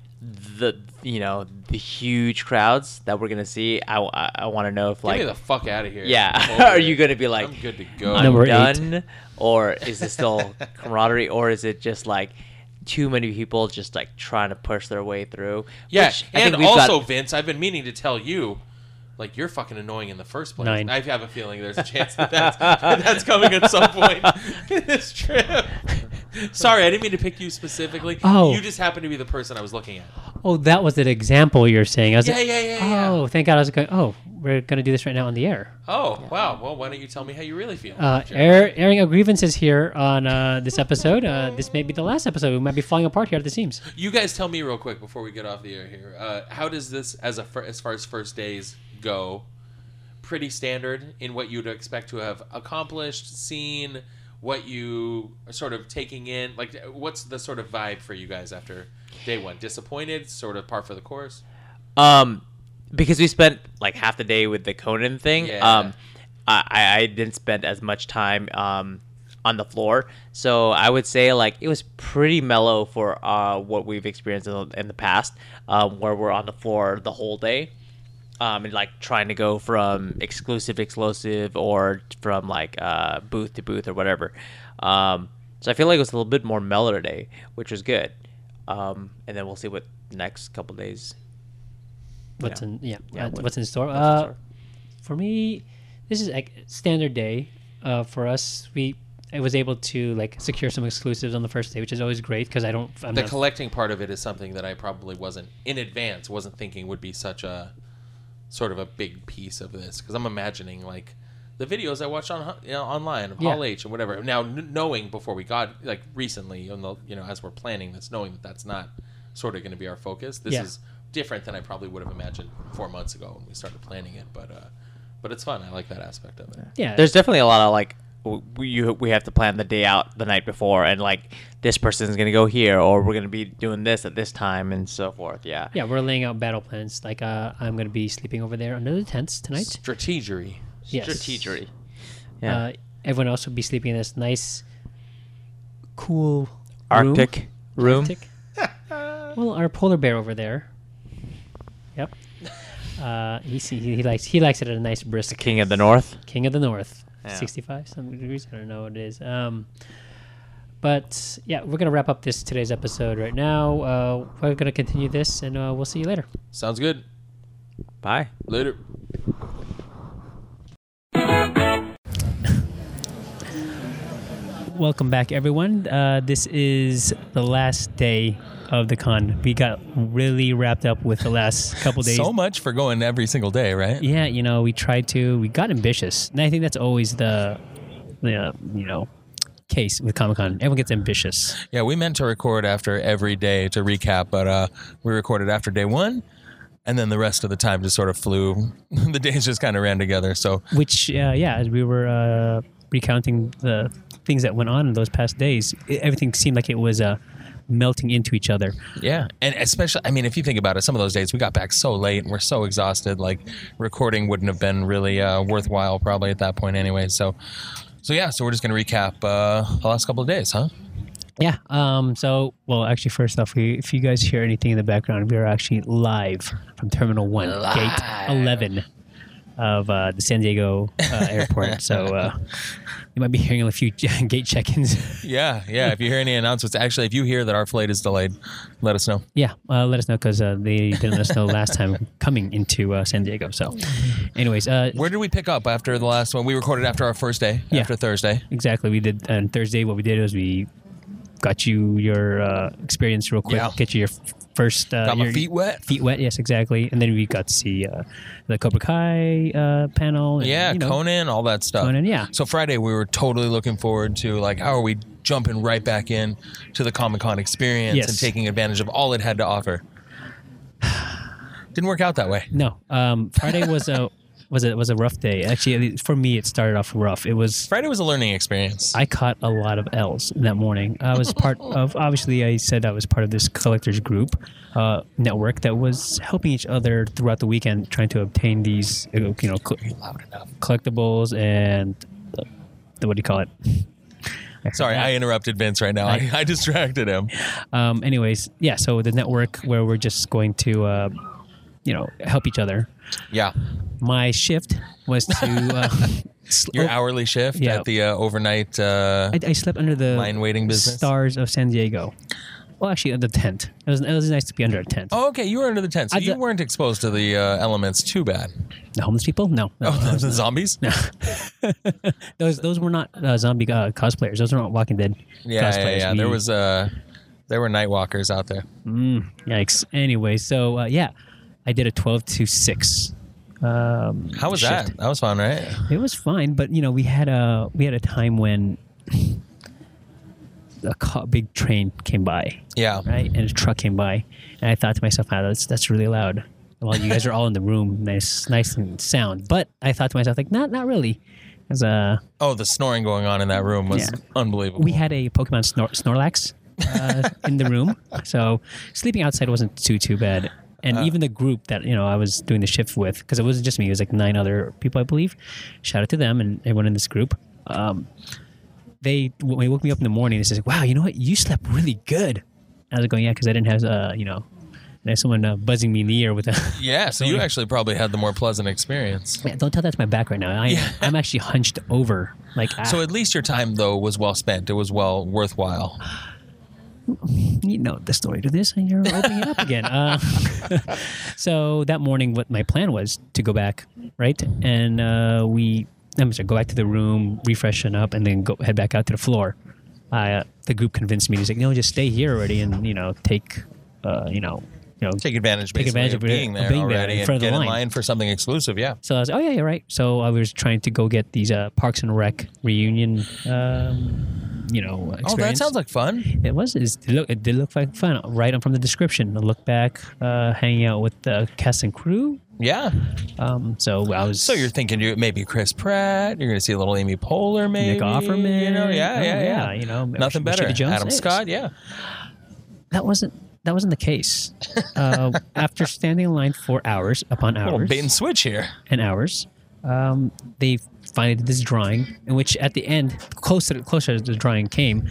the you know the huge crowds that we're gonna see. I want to know if Get like me the fuck out of here. <laughs> I'm yeah, over are it. you gonna be like I'm good to go. I'm Number eight. done, or is <laughs> it still camaraderie, or is it just like too many people just like trying to push their way through? yeah, Which I and think we've got- also Vince, I've been meaning to tell you. Like you're fucking annoying in the first place. Nine. I have a feeling there's a chance that that's, that that's coming at some point <laughs> in this trip. Sorry, I didn't mean to pick you specifically. Oh. you just happened to be the person I was looking at. Oh, that was an example you're saying. I was Yeah, like, yeah, yeah, yeah. Oh, thank God I was going. Oh, we're gonna do this right now on the air. Oh wow. Well, why don't you tell me how you really feel? uh, Jeremy? air, airing our grievances here on uh, this episode. Uh, this may be the last episode. We might be falling apart here at the seams. You guys tell me real quick before we get off the air here. Uh, how does this, as a fir- as far as first days go, pretty standard in what you'd expect to have accomplished, seen, what you are sort of taking in? Like, what's the sort of vibe for you guys after day one? Disappointed, sort of par for the course. um because we spent like half the day with the Conan thing. Yeah. Um, I- I I didn't spend as much time um on the floor, so I would say like it was pretty mellow for uh what we've experienced in the, in the past, um, where we're on the floor the whole day. um, and like trying to go from exclusive to exclusive or from like uh, booth to booth or whatever. Um, so I feel like it was a little bit more mellow today, which was good. Um, and then we'll see what next couple days. what's Yeah. in yeah, Yeah, uh, what- what's in store. in uh, store. For me, this is like standard day uh, for us. We I was able to like secure some exclusives on the first day, which is always great because I don't. I'm the not- collecting part of it is something that I probably wasn't in advance wasn't thinking would be such a sort of a big piece of this because I'm imagining like the videos I watched on you know, online of Yeah. Hall H and whatever. Now kn- knowing before we got like recently on the you know as we're planning this, knowing that that's not sort of going to be our focus. This Yeah. is different than I probably would have imagined four months ago when we started planning it. But uh, but it's fun. I like that aspect of it. yeah, There's definitely a lot of like w- we you, we have to plan the day out the night before, and like this person's gonna go here, or we're gonna be doing this at this time, and so forth. Yeah. yeah. We're laying out battle plans. Like uh, I'm gonna be sleeping over there under the tents tonight. Strategery. Yes. Strategery. Yeah. Uh, everyone else will be sleeping in this nice, cool room. Arctic room. Arctic. well, our polar bear over there. Yep. Uh, he, see- he he likes he likes it at a nice brisk King of the North. King of the North, Yeah. 65 something degrees. I don't know what it is. Um, but yeah, we're gonna wrap up this today's episode right now. Uh, we're gonna continue this, and uh, we'll see you later. Sounds good. Bye. Later. Welcome back, everyone. Uh, this is the last day of the con. We got really wrapped up with the <laughs> last couple days. much for going every single day, right? yeah, you know, we tried to. We got ambitious, and I think that's always the, the uh, you know, case with Comic Con. Everyone gets ambitious. Yeah, we meant to record after every day to recap, but uh, we recorded after day one, and then the rest of the time just sort of flew. <laughs> the days just kind of ran together. So which uh, yeah as we were uh, recounting the things that went on in those past days i everything seemed like it was uh, melting into each other yeah, and especially, I mean, if you think about it, some of those days we got back so late and we're so exhausted. Like recording wouldn't have been really uh, worthwhile probably at that point anyway. So, so yeah, so we're just gonna recap uh, the last couple of days, huh? yeah um, so well actually first off we, if you guys hear anything in the background we are actually live from terminal 1 gate 11 of uh, the san diego uh, airport so uh, you might be hearing a few <laughs> gate check-ins Yeah, yeah. if you hear any announcements, actually, if you hear that our flight is delayed, let us know. Yeah, uh, let us know because uh, they <laughs> didn't let us know last time coming into uh, San Diego. So, Mm-hmm. anyways, uh, Where did we pick up after the last one? We recorded after our first day, Yeah. after Thursday. Exactly. We did on Thursday. What we did was we got you your uh, experience real quick. Yeah. Get you your f- first. Uh, Got my your feet wet. Feet wet. Yes, exactly. And then we got to see uh, the Cobra Kai uh, panel. And, Yeah, you know, Conan, all that stuff. Conan, yeah. So Friday, we were totally looking forward to like how are we jumping right back in to the Comic Con experience Yes. and taking advantage of all it had to offer. Didn't work out that way. No. Um, Friday <laughs> was a was a was a rough day. Actually, at least for me, it started off rough. It was. Friday was a learning experience. I caught a lot of L's that morning. I was <laughs> part of, obviously, I said I was part of this collectors group uh, network that was helping each other throughout the weekend trying to obtain these, uh, you know, cl- collectibles and uh, the, what do you call it? Sorry, I interrupted Vince right now. <laughs> I, I distracted him. Um, anyways, yeah. So the network where we're just going to, uh, you know, help each other. Yeah, My shift was to. Uh, <laughs> sl- your oh, hourly shift Yeah. at the uh, overnight. Uh, I, I slept under the Line waiting business? stars of San Diego. Well, actually, under the tent. It was it was nice to be under a tent. oh, okay, you were under the tent, so I you d- weren't exposed to the uh, elements too bad. The homeless people? No, no. Oh, <laughs> the zombies? those those were not uh, zombie uh, cosplayers. Those were not Walking Dead Yeah, yeah, cosplayers. yeah. There We- was uh, there were night walkers out there. Mm, yikes. Anyway, so uh, yeah, I did a twelve to six. Um, How was shift. that? That was fun, right? It was fine, but you know we had a we had a time when a ca- big train came by, Yeah. right, and a truck came by, and I thought to myself, "Wow, that's that's really loud." Well, you guys are all in the room, nice, nice and sound. But I thought to myself, like, not not really, 'Cause, uh, Oh, the snoring going on in that room was Yeah. unbelievable. we had a Pokemon Snor- Snorlax uh, in the <laughs> room, so sleeping outside wasn't too too bad. And Uh, even the group that you know I was doing the shift with, because it wasn't just me; it was like nine other people, I believe. Shout out to them and everyone in this group. Um, they when they woke me up in the morning, they said, "Wow, you know what? You slept really good." I was like, going, "Yeah," because I didn't have uh, you know and I have someone uh, buzzing me in the ear with a. <laughs> Yeah, so you actually probably had the more pleasant experience. Yeah, don't tell that to my back right now. I, I'm actually hunched over. Like ah, So at least your time though was well spent. It was well worthwhile. you know the story to this, and you're opening it up again. Uh, <laughs> so that morning, what my plan was to go back, right? And uh, we, I'm sorry, go back to the room, refreshen up, and then go head back out to the floor. Uh, the group convinced me. He's like, no, just stay here already, and you know, take, uh, you know, you know, Take advantage, Take basically, advantage of of it- being of there being there already in and front of the get in line. line for something exclusive. Yeah. So I was, oh yeah, you're right. So I was trying to go get these uh, Parks and Rec reunion, um, you know, experience. Oh, that sounds like fun. it was. It's, it, look, it did look like fun right on from the description. I look back, uh, hanging out with the cast and crew. Yeah. Um, so I was. So you're thinking you maybe Chris Pratt. You're going to see a little Amy Poehler, maybe Nick Offerman. You know, yeah, yeah, Oh, yeah. yeah, you know, nothing Rashida better. Jones Adam is. Scott. Yeah. that wasn't that wasn't the case. <laughs> Uh, after standing in line for hours upon A little hours bait and switch here. and hours, um, they finally did this drawing, in which at the end, closer closer the drawing came,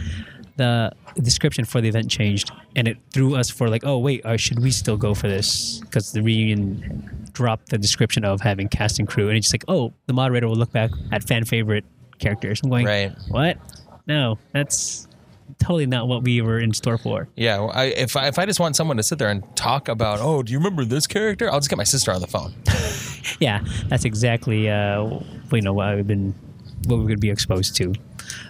the description for the event changed, and it threw us for like, oh wait, uh, should we still go for this? Because the reunion dropped the description of having cast and crew, and it's just like, oh, the moderator will look back at fan favorite characters. I'm going, Right. What? No, that's totally not what we were in store for. Yeah. well, I, if I if I just want someone to sit there and talk about, oh, do you remember this character? I'll just get my sister on the <laughs> phone. Yeah, that's exactly uh, you know what I've been what we're going to be exposed to. Uh,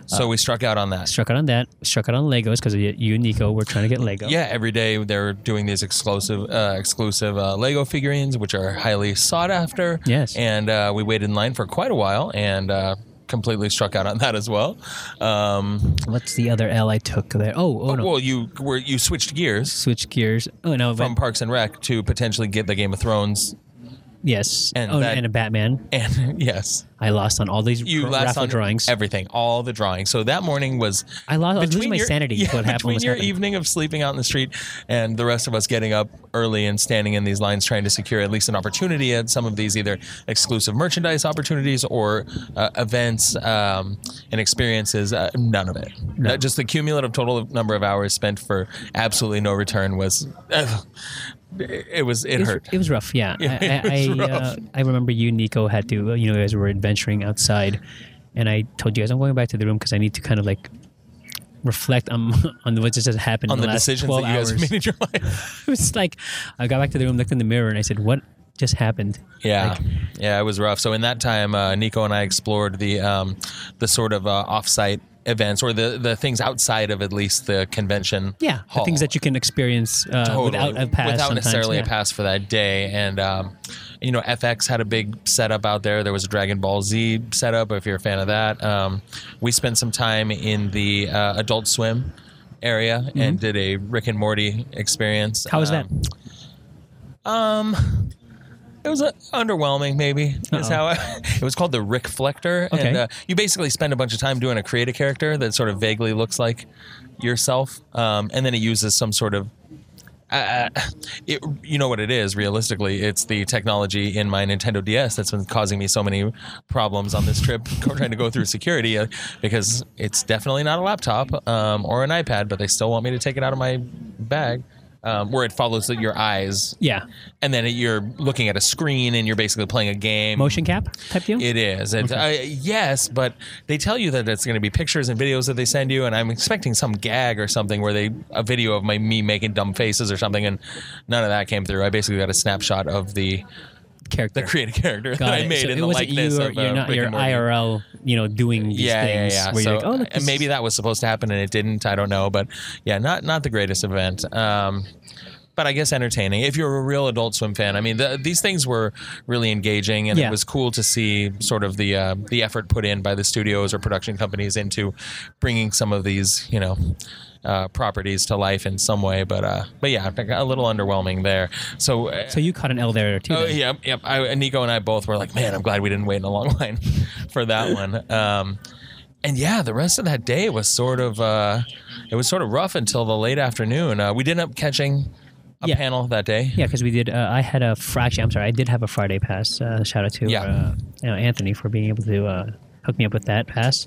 So we struck out on that. struck out on that. Struck out on Legos because you and Nico were trying to get Lego. Yeah, every day they're doing these exclusive, uh, exclusive uh, Lego figurines, which are highly sought after. Yes. and uh, we waited in line for quite a while and uh, completely struck out on that as well. Um, What's the other L I took there? Oh, oh no. Well, you were you switched gears Switch gears. Oh no. from But, Parks and Rec to potentially get the Game of Thrones, yes. and oh, that- and a Batman. and <laughs> yes, I lost on all these you ra- last raffle on drawings. everything, all the drawings. So that morning was I lost. I was between losing my your- <laughs> sanity. yeah, is what happened? between was your happening. evening of sleeping out in the street and the rest of us getting up early and standing in these lines trying to secure at least an opportunity at some of these either exclusive merchandise opportunities or uh, events um, and experiences. Uh, none of it. That- just the cumulative total of number of hours spent for absolutely no return was. it it was. It, It was, hurt. it was <laughs> rough, yeah. I, I, I, Uh, I remember you, Nico, had to. uh, You know, you guys were adventuring outside, and I told you guys I'm going back to the room because I need to kind of like reflect on <laughs> on what just has happened on in the, the, last decisions that 12 you guys <laughs> hours. made in your life. <laughs> it was like I got back to the room, looked in the mirror, and I said, "What just happened?" Yeah, yeah, it was rough. So in that time, uh, Nico and I explored the um, the sort of uh, offsite events or the the things outside of at least the convention. Yeah, the hall. things that you can experience uh, Totally. without a pass. without sometimes, necessarily yeah. a pass for that day. And um, you know, FX had a big setup out there. There was a Dragon Ball Z setup. If you're a fan of that, um, we spent some time in the uh, Adult Swim area and did a Rick and Morty experience. Mm-hmm. How was Um, that? It was uh, underwhelming, maybe. Is Uh-oh. how I, <laughs> it was called the Rick Flector, and Okay. uh, you basically spend a bunch of time doing a create a character that sort of vaguely looks like yourself, um, and then it uses some sort of. Uh, it, you know what it is realistically it's the technology in my nintendo ds that's been causing me so many problems on this trip <laughs> go- trying to go through security uh, because it's definitely not a laptop um, or an ipad but they still want me to take it out of my bag um, where it follows that your eyes Yeah, and then you're looking at a screen and you're basically playing a game. motion cap type deal. It is. It's, uh, yes, but they tell you that it's going to be pictures and videos that they send you, and I'm expecting some gag or something where they a video of my me making dumb faces or something, and none of that came through. I basically got a snapshot of the <laughs> character. the created character Got that I it. made So in it the wasn't likeness you of you're uh, not Rick your and Morty. IRL, Oh, you know, doing these things where so, you're like, oh, look, and this maybe is- that was supposed to happen and it didn't. I don't know, but yeah, not not the greatest event. Um, but I guess entertaining if you're a real Adult Swim fan. I mean, the, these things were really engaging, and Yeah. it was cool to see sort of the uh, the effort put in by the studios or production companies into bringing some of these, you know. Uh, properties to life in some way, but uh, but yeah, a little underwhelming there. So uh, So you caught an L there too. Oh then. yeah, yep. I, and Nico and I both were like, man, I'm glad we didn't wait in a long <laughs> line for that one. Um, and yeah, the rest of that day was sort of uh, it was sort of rough until the late afternoon. Uh, we did end up catching a Yeah. panel that day. Yeah, because we did. Uh, I had a Friday. I'm sorry, I did have a Friday pass. Uh, shout out to Yeah. uh, you know, Anthony for being able to uh, hook me up with that pass.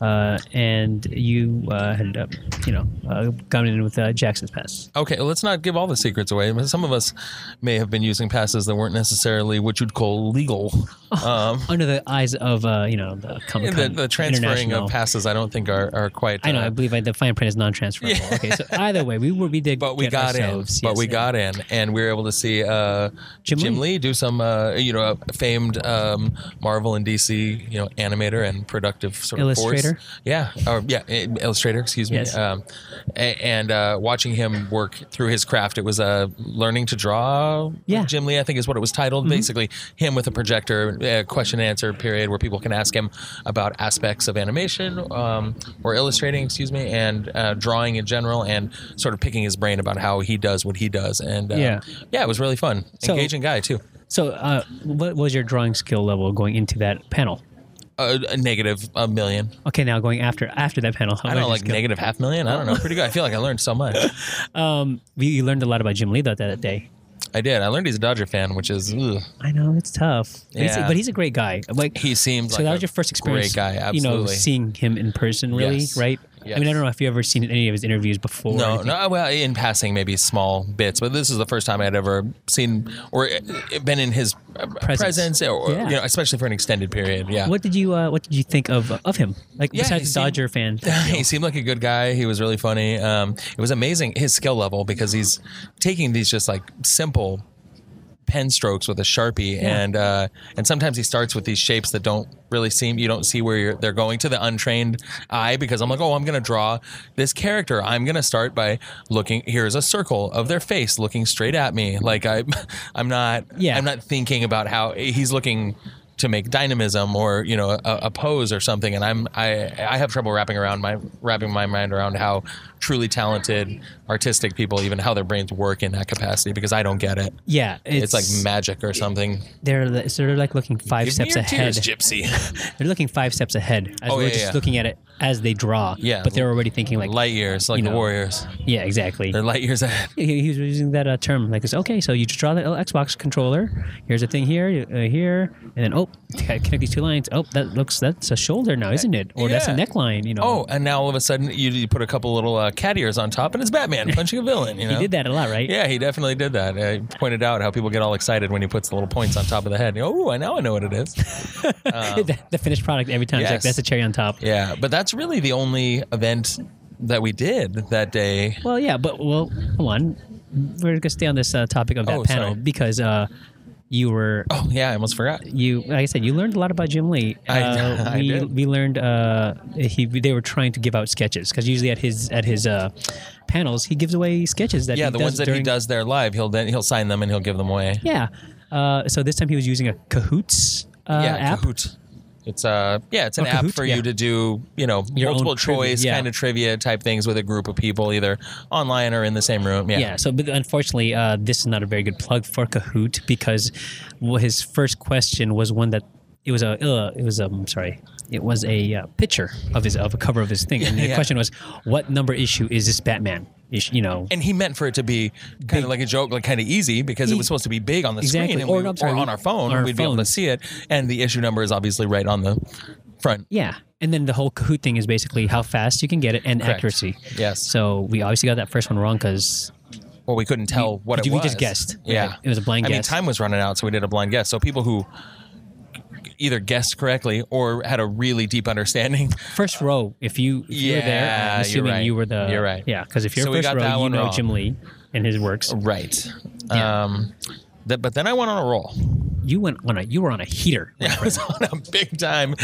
uh, and you uh, ended up, you know, uh, coming in with uh, Jackson's pass. Okay, well, let's not give all the secrets away. Some of us may have been using passes that weren't necessarily what you'd call <laughs> legal. Um, Under the eyes of, uh, you know, the Comic the, Con the transferring of passes, I don't think are, are quite. I know. I uh, believe I, the fine print is non-transferable. <laughs> Okay, so either way, we were we did, but we get got in. ourselves, But yes, we uh, got in, and we were able to see uh, Jim Jim, Lee. Lee. do some, uh, you know, a famed um, Marvel and DC, you know, animator and productive sort of Illustrator? Force. Yeah, or yeah, i- illustrator. Excuse me. Yes. Um, a- and uh, watching him work through his craft, it was uh, learning to draw. with Yeah. Mm-hmm. Jim Lee, I think, is what it was titled. Basically, him with a projector, uh, question and answer period where people can ask him about aspects of animation um, or illustrating, excuse me, and uh, drawing in general, and sort of picking his brain about how he does what he does. And uh, Yeah. yeah, it was really fun. So- Engaging guy too. So, uh, what was your drawing skill level going into that panel? A, a negative a million. Okay, now going after after that panel, I don't know, like negative half million. I don't know. Pretty good. I feel like I learned so <laughs> much. um, we you learned a lot about Jim Lee though that day. I did. I learned he's a Dodger fan, which is ugh. I know it's tough, but, he's, Yeah. but he's a great guy. Like he seems so like that a was your first experience, Great guy, you know, absolutely. seeing him in person, really, Yes. right? I mean, I Yes. don't know if you ever seen any of his interviews before. or No, anything. no. Well, in passing, maybe small bits, but this is the first time I'd ever seen or uh, been in his uh, Presence. presence, or Yeah. you know, especially for an extended period. Yeah. What did you uh, What did you think of of him? Like Yeah, besides he the seemed- Dodger fan, <laughs> he seemed like a good guy. He was really funny. Um, it was amazing his skill level because he's taking these just like simple pen strokes with a sharpie, and uh, and sometimes he starts with these shapes that don't really seem you don't see where you're, they're going to the untrained eye because I'm like, oh, I'm gonna draw this character. I'm gonna start by looking. Here's a circle of their face looking straight at me. Like I, <laughs> I'm not. Yeah. I'm not thinking about how he's looking to make dynamism or you know a, a pose or something and i'm i i have trouble wrapping around my wrapping my mind around how truly talented artistic people even how their brains work in that capacity because i don't get it yeah, it's, like magic or something they're li- so they're like looking five steps ahead. gypsy <laughs> They're looking five steps ahead. As Oh, we're yeah, just yeah. looking at it as they draw. Yeah. But they're already thinking like light years like You the <laughs> know. warriors Yeah, exactly. they're light years ahead <laughs> He, he was using that uh, term like this. Okay, so you just draw the little Xbox controller. Here's a thing here, uh, here, and then oh, <laughs> I connect these two lines. Oh, that looks that's a shoulder now, isn't it? Or that's a Yeah. neckline. You know. <laughs> oh and now all of a sudden you, you put a couple little uh, cat ears on top and it's <laughs> batman punching a villain you know he did that a lot, right? yeah, he definitely did that. I pointed out how people get all excited when he puts the little points on top of the head. Oh, I now I know what it <laughs> is. Um, the, the finished product every time. It's like Yes. that's the cherry on top. Yeah, but that's really the only event that we did that day. Well, yeah, but well, hold on. We're gonna stay on this uh, topic of that Oh, panel sorry. because uh, you were Oh yeah, I almost forgot. you like I said you learned a lot about Jim Lee. I- Uh, <laughs> I we, did. we learned uh, he they were trying to give out sketches because usually at his at his uh, panels he gives away sketches that Yeah, he the does ones that during, he does there live, he'll then he'll sign them and he'll give them away. yeah. Uh, so this time he was using a Cahoots uh, yeah, app. Kahoot. It's uh yeah, it's an Oh, app Kahoot, for yeah. you to do you know Your own multiple trivia, choice yeah. kind of trivia type things with a group of people either online or in the same room. Yeah. Yeah. So, but unfortunately, uh, this is not a very good plug for Kahoot because well, his first question was one that it was a uh, it was a, I'm sorry it was a uh, picture of his of a cover of his thing, and the Yeah. question was, what number issue is this Batman? Issue, you know. And he meant for it to be kind of like a joke, like kind of easy, because it was supposed to be big on the E Exactly. screen and Or, we- I'm sorry, on our phone, on our we'd be able to phones. see it. And the issue number is obviously right on the front. Yeah. And then the whole Kahoot thing is basically how fast you can get it and Correct. accuracy. Yes. So we obviously got that first one wrong because Well, we couldn't tell what it we was. just guessed. Yeah, Right. It was a blind I guess. mean, time was running out, so we did a blind guess. So people who either guessed correctly or had a really deep understanding. <laughs> first row, if you, if you were there, Yeah, I'm you're assuming right. you were the. You're right. Yeah. Because if you're So we first got that row, you one know wrong. Jim Lee and his works. Right. Yeah. Um, that, but then I went on a roll. You went on a, you were on a heater. I was on a <laughs> big time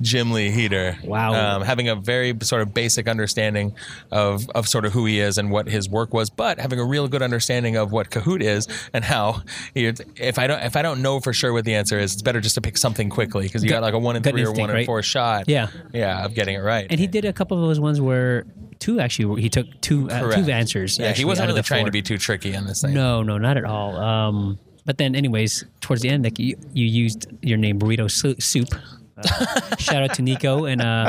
Jim Lee heater. Wow. Um, having a very sort of basic understanding of, of sort of who he is and what his work was, but having a real good understanding of what Kahoot is and how he, if I don't if I don't know for sure what the answer is, it's better just to pick something quickly because you Gut- got like a one in gut three or instinct, one in right? four shot. Yeah. Yeah, of getting it right. And he did a couple of those ones where two actually, were- he took two, uh, Correct. two answers. Yeah, actually he wasn't out of really the trying four. to be too tricky on this thing. No, no, not at all. Um, but then, anyways, towards the end, like you, you used your name burrito Su- soup. <laughs> Uh, shout out to Nico and uh,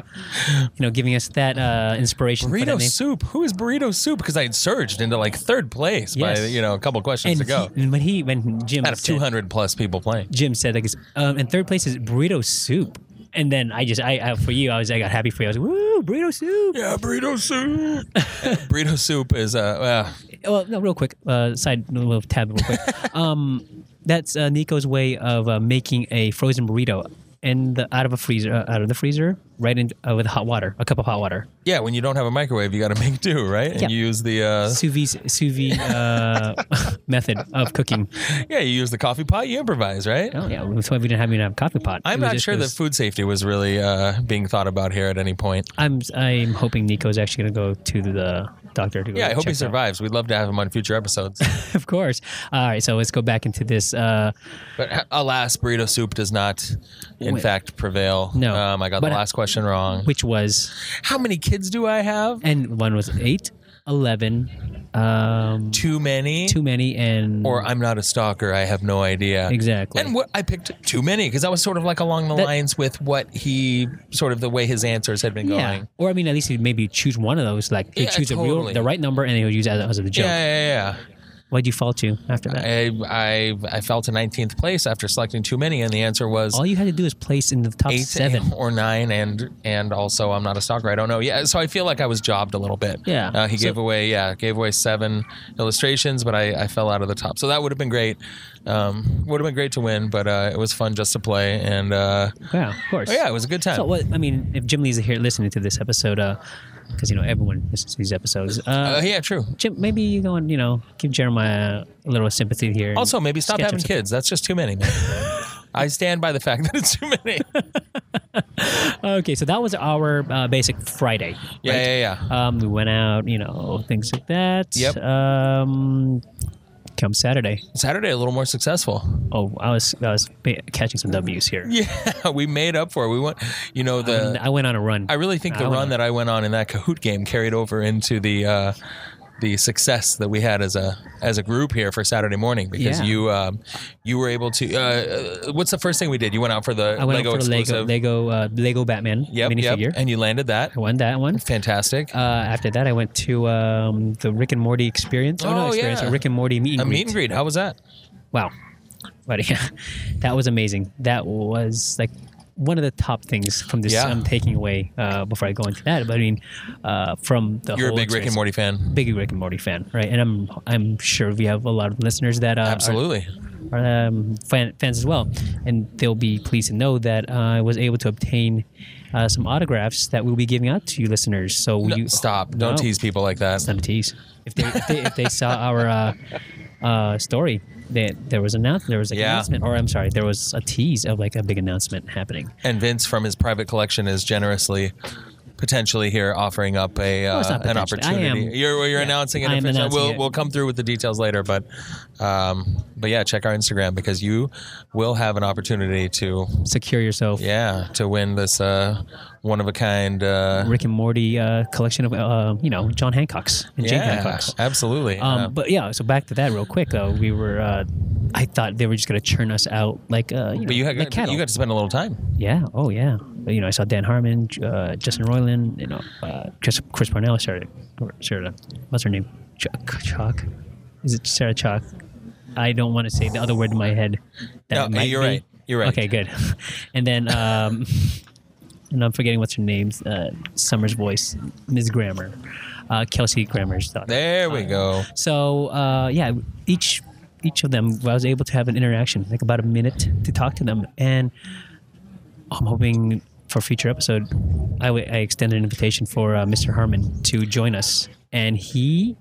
you know giving us that uh, inspiration. for that Burrito name. soup. Who is burrito soup? Because I had surged into like third place by Yes. you know a couple questions and ago. he- and when he when Jim Out of said, 200 plus people playing. Jim said like it's, um, in third place is burrito soup. And then I just, I, I for you, I was, I got happy for you. I was like, woo, burrito soup. Yeah, burrito soup. <laughs> burrito soup is uh, uh Well, no, real quick, uh, side a little tab, real <laughs> quick. um, that's uh, Nico's way of uh, making a frozen burrito in the out of a freezer, uh, out of the freezer, right in uh, with hot water, a cup of hot water, yeah. When you don't have a microwave, you got to make do, right? And Yeah. you use the uh, sous vide, sous <laughs> vide uh, method of cooking. yeah, you use the coffee pot. You improvise, right? Oh yeah, that's why we didn't have even have a coffee pot. I'm It was not just sure that those- food safety was really uh, being thought about here at any point. I'm I'm hoping Nico's actually gonna go to the <laughs> doctor to go. Yeah, I hope he check it out. survives. We'd love to have him on future <laughs> episodes. of course. All right, so let's go back into this. Uh, But alas, burrito soup does not, in Wait. fact, prevail. No. Um, I got But- uh, the last question wrong. which was How many kids do I have? and one was eight, eleven, um, Too many? too many, and or I'm not a stalker. I have no idea. Exactly. And what I picked too many because that was sort of like along the That- lines with what he sort of the way his answers had been yeah, going. or I mean, at least he'd maybe choose one of those. Like he'd Yeah, choose a real, totally. the right number, and he would use that as a joke. Yeah, yeah, What'd you fall to after that? yeah. I, I I fell to 19th place after selecting too many, and the answer was All you had to do is place in the top eight seven. or nine, and and also I'm not a stalker. I don't know. Yeah, so I feel like I was jobbed a little bit. Yeah. uh, he So- gave away yeah gave away seven illustrations, but I, I fell out of the top. So that would have been great. Um, would have been great to win, but uh, it was fun just to play, and uh, Yeah, of course. yeah, it was a good time. So what I mean, if Jim Lee's here listening to this episode, because you know everyone listens to these episodes, uh, uh, yeah, true. Jim, maybe you go and you know give Jeremiah a little sympathy here. and Also, maybe stop sketch having him some- kids. That's just too <laughs> many. Man. I stand by the fact that it's too many. Okay, so that was our uh, basic Friday. Yeah, right? yeah, yeah. Um, we went out, you know, things like that. Yep. Um, come Saturday. Saturday a little more successful. Oh, I was I was ba- catching some W's here. Yeah, <laughs> we made up for it. We went, you know, the And I went on a run. I really think the I run wanna- that I went on in that Kahoot game carried over into the uh, the success that we had as a as a group here for Saturday morning because Yeah. you um, you were able to. Uh, uh, what's the first thing we did? You went out for the I went Uh, Lego out for the Lego exclusive. Lego uh, Lego Batman Yep, yep, minifigure. and you landed that. I won that one. Fantastic. Uh, after that, I went to um, the Rick and Morty experience. no, Oh, experience. yeah. a Rick and Morty meet and a greet. meet and greet. How was that? Wow, buddy, <laughs> that was amazing. That was like one of the top things from this Yeah. I'm taking away uh, before I go into that. But I mean, uh, from the You're a whole big Rick and experience. Morty fan. big Rick and Morty fan, right? And I'm I'm sure we have a lot of listeners that uh, are- Absolutely. are, um, fan, fans as well, and they'll be pleased to know that uh, I was able to obtain uh, some autographs that we'll be giving out to you listeners. So No, you oh, stop. Don't No. tease people like that. It's not a tease. If they if they, if they saw our uh, uh, story, that there was an announce there was an Yeah. announcement, or I'm sorry, there was a tease of like a big announcement happening. And Vince from his private collection is generously potentially here offering up a it's uh, not an potentially. I opportunity. am- You're you're announcing it. I am officially. announcing we'll it. we'll come through with the details later, but um, but yeah, check our Instagram because you will have an opportunity to Secure yourself. yeah to win this uh, one of a kind. Uh, Rick and Morty uh, collection of uh, you know John Hancock's and Jane yeah, Hancock's. absolutely. Um, Uh, but yeah, so back to that real quick though. We were, uh, I thought they were just gonna churn us out like, uh, you know, but you had, like cattle. you got to spend a little time. yeah, oh yeah. But, you know, I saw Dan Harmon, uh, Justin Roiland, you know, uh, Chris Chris Parnell. Sarah, Sarah, what's her name? Chuck, Chalk. Is it Sarah Chalk? I don't want to say the other word in my head. No, it might you're right. You're right. Okay, good. <laughs> and then, um, <laughs> and I'm forgetting what's her name. Uh, Summer's voice, Ms. Grammer, uh, Kelsey Grammer's daughter. Uh, There we go. So uh, yeah, each each of them, I was able to have an interaction, like about a minute to talk to them, and oh, I'm hoping for a future episode, I w- I extended an invitation for uh, Mr. Harmon to join us, and he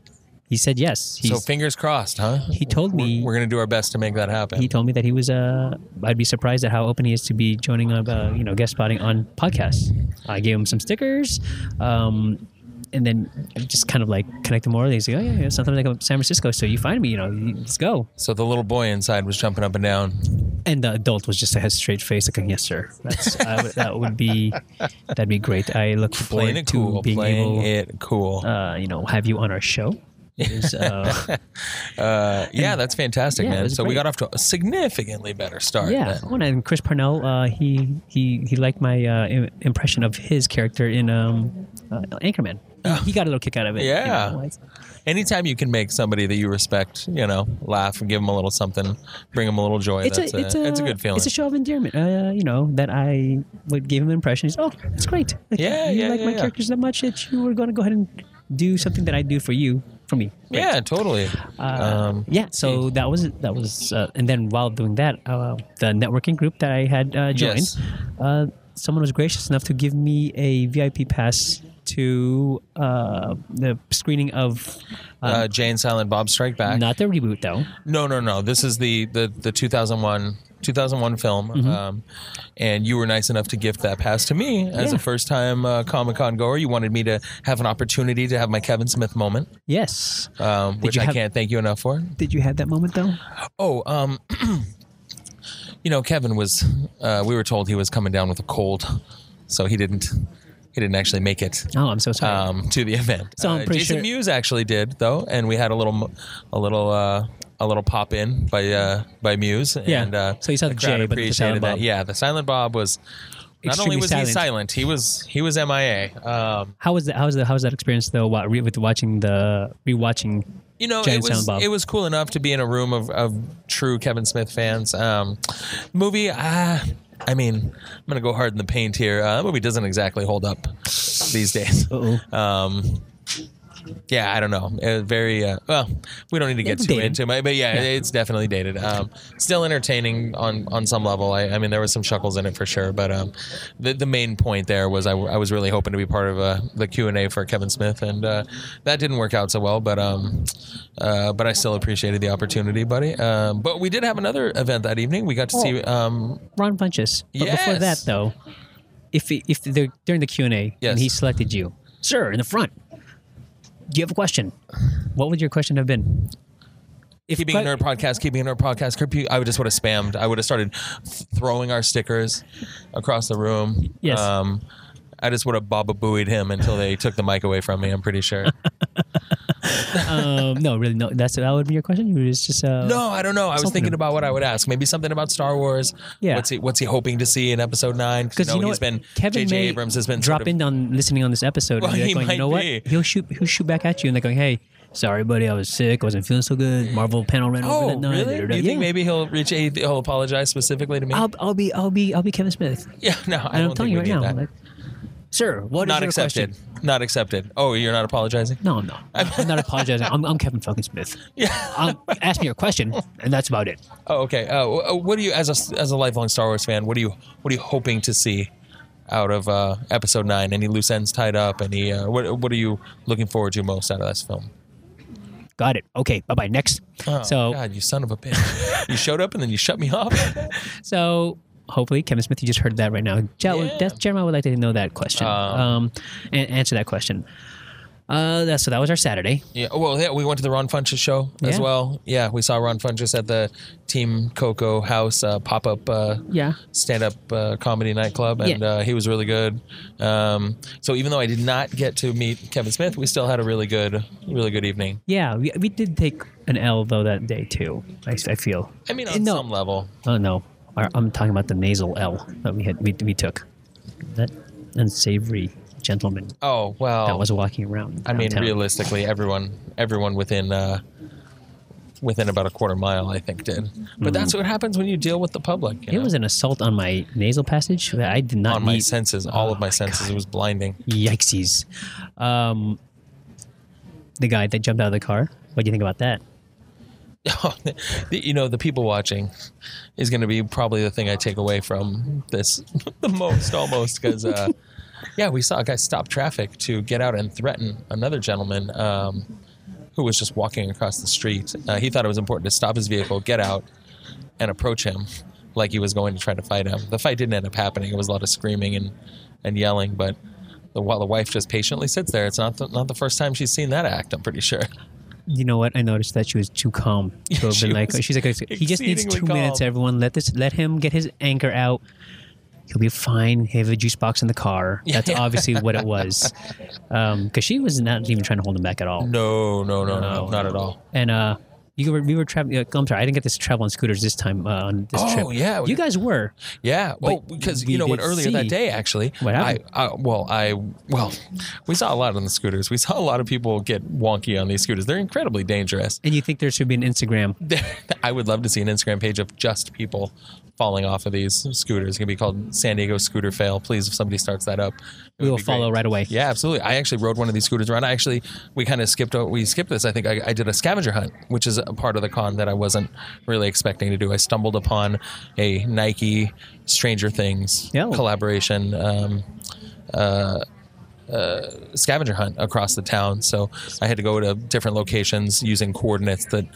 he said yes. He's, So fingers crossed, huh? he told me We're gonna do our best to make that happen. he told me that he was uh I'd be surprised at how open he is to be joining up uh, you know guest spotting on podcasts. I gave him some stickers, um, and then just kind of like connect him more. He's like, oh yeah, yeah something like San Francisco. So you find me, you know, you- let's go. so the little boy inside was jumping up and down. And the adult was just a straight face, like yes sir. That's I would- that would be that'd be great. I look playing forward it to cool, being playing able, it cool. uh, you know, have you on our <laughs> show. It is, uh, Uh, yeah, that's fantastic, yeah, it man. was So we great. got off to a significantly better start. Yeah, than- when I, and Chris Parnell, uh, he he he liked my uh, Im- impression of his character in um, uh, Anchorman. Ah. he got a little kick out of it. you Yeah. know, like- Anytime you can make somebody that you respect, you know, laugh and give them a little something, bring them a little joy. it's that's a, it's a it's a good feeling. It's a show of endearment. Uh, you know that I would give him an impression. He's, oh, that's great. Like, Yeah, you yeah, like yeah, my yeah. characters that much that you were going to go ahead and do something that I do for you for me. Uh, yeah, totally. um, Yeah, so that was that was, uh, and then while doing that, uh, the networking group that I had uh, joined, Yes. uh, someone was gracious enough to give me a VIP pass to uh, the screening of um, uh, Jay and Silent Bob Strike Back. not the reboot though. No, no, no. This is the the, the 2001 2001 film, Mm-hmm. um, and you were nice enough to gift that pass to me as Yeah. a first time uh, Comic Con goer. You wanted me to have an opportunity to have my Kevin Smith moment, Yes, um, which you I have- can't thank you enough for. did you have that moment though? Oh, um, <clears throat> you know, Kevin was. Uh, we were told he was coming down with a cold, so he didn't. He didn't actually make it Oh, I'm so sorry. um, to the <laughs> event. So I'm Uh, pretty Jason sure- Mewes actually did though, and we had a little, m- a little, uh, a little pop in by uh, by Muse. Yeah. And, uh, So you saw the crowd Jay, but the Silent appreciated that. Bob. Yeah, the silent Bob was. Not Extremely only was silent. he silent, he was he was MIA. Um, How was that? How was that? How was that experience though? While re- with watching the rewatching? you know, Jay it and Silent was Bob. it was cool enough to be in a room of, of true Kevin Smith fans. Um, movie, uh, I mean, I'm gonna go hard in the paint here. Uh, the movie doesn't exactly hold up these days. Uh-oh. um yeah i don't know Uh, very uh, well we don't need to get It's too dated. into it but yeah, it's definitely dated um still entertaining on on some level i, I mean there was some chuckles in it for sure but um the, the main point there was I, I was really hoping to be part of uh, the q&a for kevin smith and uh that didn't work out so well but um uh but i still appreciated the opportunity buddy um but we did have another event that evening we got to see um Oh. Ron Funches. But before that Yes. though, if he- if they during the Q and A Yes. and he selected you, sir, in the front, do you have a question? What would your question have been? If keeping que- in our podcast, keeping in our podcast. compu- I would just would have spammed. I would have started th- throwing our stickers across the room. Yes. Um, I just would have baba buoyed him until they took the mic away from me. I'm pretty <laughs> sure. um, no, really, no. That's that would be your question. You was just uh, no, I don't know. I was Something. thinking about what I would ask. Maybe something about Star Wars. Yeah. What's he What's he hoping to see in Episode Nine? because you know he's what? been Kevin J.J. may Abrams has been drop sort of- in on listening on this episode. Well, and he you're like, going, you know might what? be. He'll shoot. He'll shoot back at you, and they're going, hey. Sorry, buddy. I was sick. I wasn't feeling so good. Marvel panel ran over Oh, that night. really? Do you Yeah. think maybe he'll reach? A, he'll apologize specifically to me. I'll, I'll be I'll be I'll be Kevin Smith. <laughs> yeah. No, I And don't I'm think telling you we right need now, that. like, sir, what is not your accepted. question? Not accepted. Oh, you're not apologizing. No, <laughs> I'm not. I'm not apologizing. I'm, I'm Kevin fucking Smith. Yeah. i Um, ask me your question, and that's about it. Oh, okay. Oh, uh, what do you as a as a lifelong Star Wars fan? What do you what are you hoping to see out of uh, Episode Nine? Any loose ends tied up? Any uh, what what are you looking forward to most out of this film? Got it. Okay. Bye bye. Next. Oh, so God, you son of a bitch! you showed up and then you shut me off. <laughs> so hopefully Kevin Smith, you just heard that right now. Jel, Yeah. that's, Jeremiah would like to know that question. Um, and answer that question. Uh, that's, so that was our Saturday. yeah. Well, yeah, we went to the Ron Funches show as Yeah. well. Yeah, we saw Ron Funches at the Team Coco House uh, pop up. Uh, Yeah. stand up uh, comedy nightclub, and Yeah. uh, he was really good. Um, so even though I did not get to meet Kevin Smith, we still had a really good, really good evening. Yeah, we, we did take an L though that day too. I, I feel. I mean, on No. some level, Oh no, I- I'm talking about the nasal L that we had we, we took. That unsavory gentleman Oh well, that was walking around. I mean, downtown. realistically, everyone, everyone within uh, within about a quarter mile, I think, did. But that's what happens when you deal with the public. you It know? Mm-hmm. was an assault on my nasal passage that I did not on my need. senses, all of Oh my my senses. It was blinding. Yikesies. Um, the guy that jumped out of the car. What do you think about that? <laughs> <laughs> you know, the people watching is going to be probably the thing I take away from this the most, almost, because. <laughs> Uh, Yeah, we saw a guy stop traffic to get out and threaten another gentleman um, who was just walking across the street. Uh, he thought it was important to stop his vehicle, get out, and approach him like he was going to try to fight him. The fight didn't end up happening. It was a lot of screaming and, and yelling, but the, while the wife just patiently sits there, it's not the, not the first time she's seen that act, I'm pretty sure. You know what? I noticed that she was too calm <laughs> to have she been like. was She's like, he just needs exceedingly two minutes. calm. Everyone, let this, let him get his anchor out. He'll be fine. Have a juice box in <laughs> the car. That's obviously what it was, Um, because she was not even trying to hold him back at all. No, no, no, no, not at all. And uh, You were we were traveling. Like, I'm sorry, I didn't get this travel on scooters this time uh, on this Oh, trip. yeah, we- you guys were. Yeah, well, But because we you know what? did Earlier that see day, actually, What I, happened? I well, I well, we saw a lot on the scooters. We saw a lot of people get wonky on these scooters. They're incredibly dangerous. And you think there should be an Instagram? <laughs> I would love to see an Instagram page of just people falling off of these scooters. It's gonna be called San Diego Scooter Fail. Please, if somebody starts that up, it We would will be great. follow right away. Yeah, absolutely. I actually rode one of these scooters around. I actually we kind of skipped o- we skipped this. I think I, I did a scavenger hunt, which is a part of the con that I wasn't really expecting to do. I stumbled upon a Nike Stranger Things Yeah. collaboration. Um, uh, scavenger hunt across the town. So I had to go to different locations using coordinates that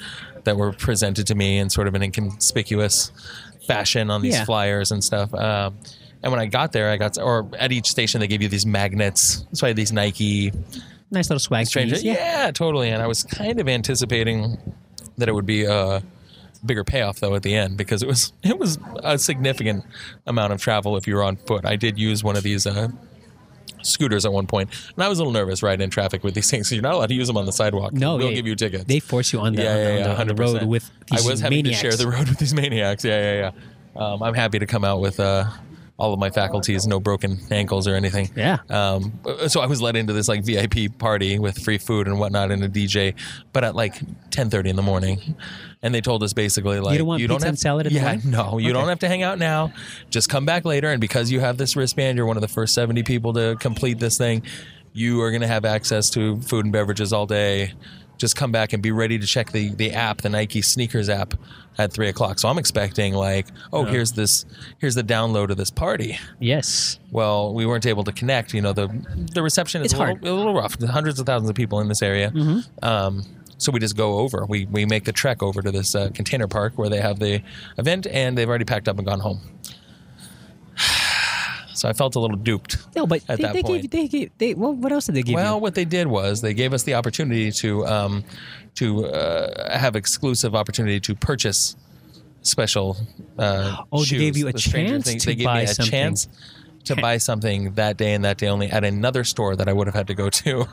that were presented to me in sort of an inconspicuous fashion on these Yeah. flyers and stuff. Um, and when I got there, I got or at each station they gave you these magnets. So I had these Nike Nice little swag. strangers. piece. Yeah. totally. And I was kind of anticipating that it would be a bigger payoff though at the end because it was <laughs> it was a significant amount of travel if you were on foot. I did use one of these uh, scooters at one point, and I was a little nervous riding in traffic with these <laughs> things. 'cause You're not allowed to use them on the sidewalk. No, they'll yeah, give you tickets. They force you on the, on the- on the- on the 100%. road with these I was having maniacs. to share the road with these <laughs> maniacs. Yeah, yeah, yeah. Um, I'm happy to come out with uh, all of my faculties, no broken ankles or anything. <laughs> Yeah. Um, so I was led into this like VIP party with free food and whatnot and a DJ, but at like 10:30 in the morning, and they told us basically like don't want pizza have, and salad at the yeah, line? no, you Okay. don't have to hang out now. Just come back later, and because you have this wristband, you're one of the first 70 people to complete this thing. You are going to have access to food and beverages all day. Just come back and be ready to check the the app, the Nike sneakers app, at three o'clock. So I'm expecting like, oh, here's this, here's the download of this party Yes. well, we weren't able to connect. You know, the the reception is It's a little, hard. a Mm-hmm. little rough. There's hundreds of thousands of people in this area. Um, so we just go over. We we make the trek over to this uh, container park where they have the event, and they've already packed up and gone home. <sighs> so I felt a little duped. No, but At they, that they point. gave they gave they well, what else did they give Well, you? what they did was they gave us the opportunity to um, to uh, have exclusive opportunity to purchase special. Uh, Oh, they shoes, gave you a the Stranger chance Things- to they gave buy me a something. chance to buy something that day and that day only at another store that I would have had to go to.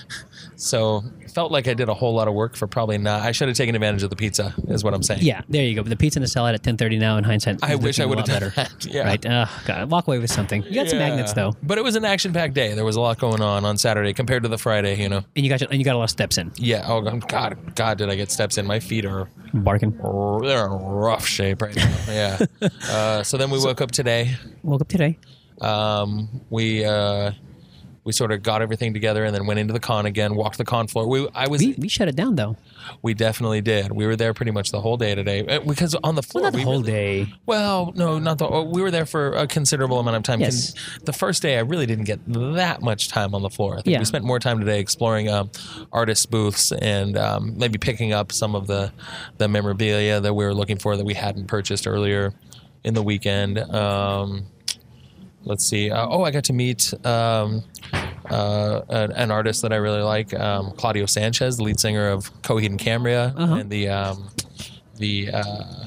<laughs> so felt like I did a whole lot of work for probably not. I should have taken advantage of the pizza, is what I'm saying. Yeah, there you go. But the pizza and the salad at 10:30 now. In hindsight, I is wish I looking would a have lot done better. that. <laughs> Yeah. Right? Uh, God, walk away with something. You got some Yeah. magnets though, But it was an action-packed day. There was a lot going on on Saturday compared to the Friday. You know. and you got your- and you got a lot of steps in. Yeah. Oh God. God, did I get steps in? My feet are Barking. they're in rough shape right now. Yeah. <laughs> uh, so then we woke up today. Woke up today. Um, we uh, we sort of got everything together and then went into the con again. Walked the con floor. We I was We, we, we shut it down though. definitely definitely did. We were there pretty much the whole day today Uh, because on the floor Well, not we the whole really- day. Well, no, not the. oh, We were there for a considerable amount of time. Con- Yes. The first day, I really didn't get that much time on the floor. I think Yeah. we spent more time today exploring um, artist booths and um, maybe picking up some of the the memorabilia that we were looking for that we hadn't purchased earlier in the weekend. Um, let's see. Uh, oh, I got to meet. Um, uh, an, an artist that I really like, um, Claudio Sanchez, the lead singer of Coheed and Cambria, Uh-huh. and the um, the uh,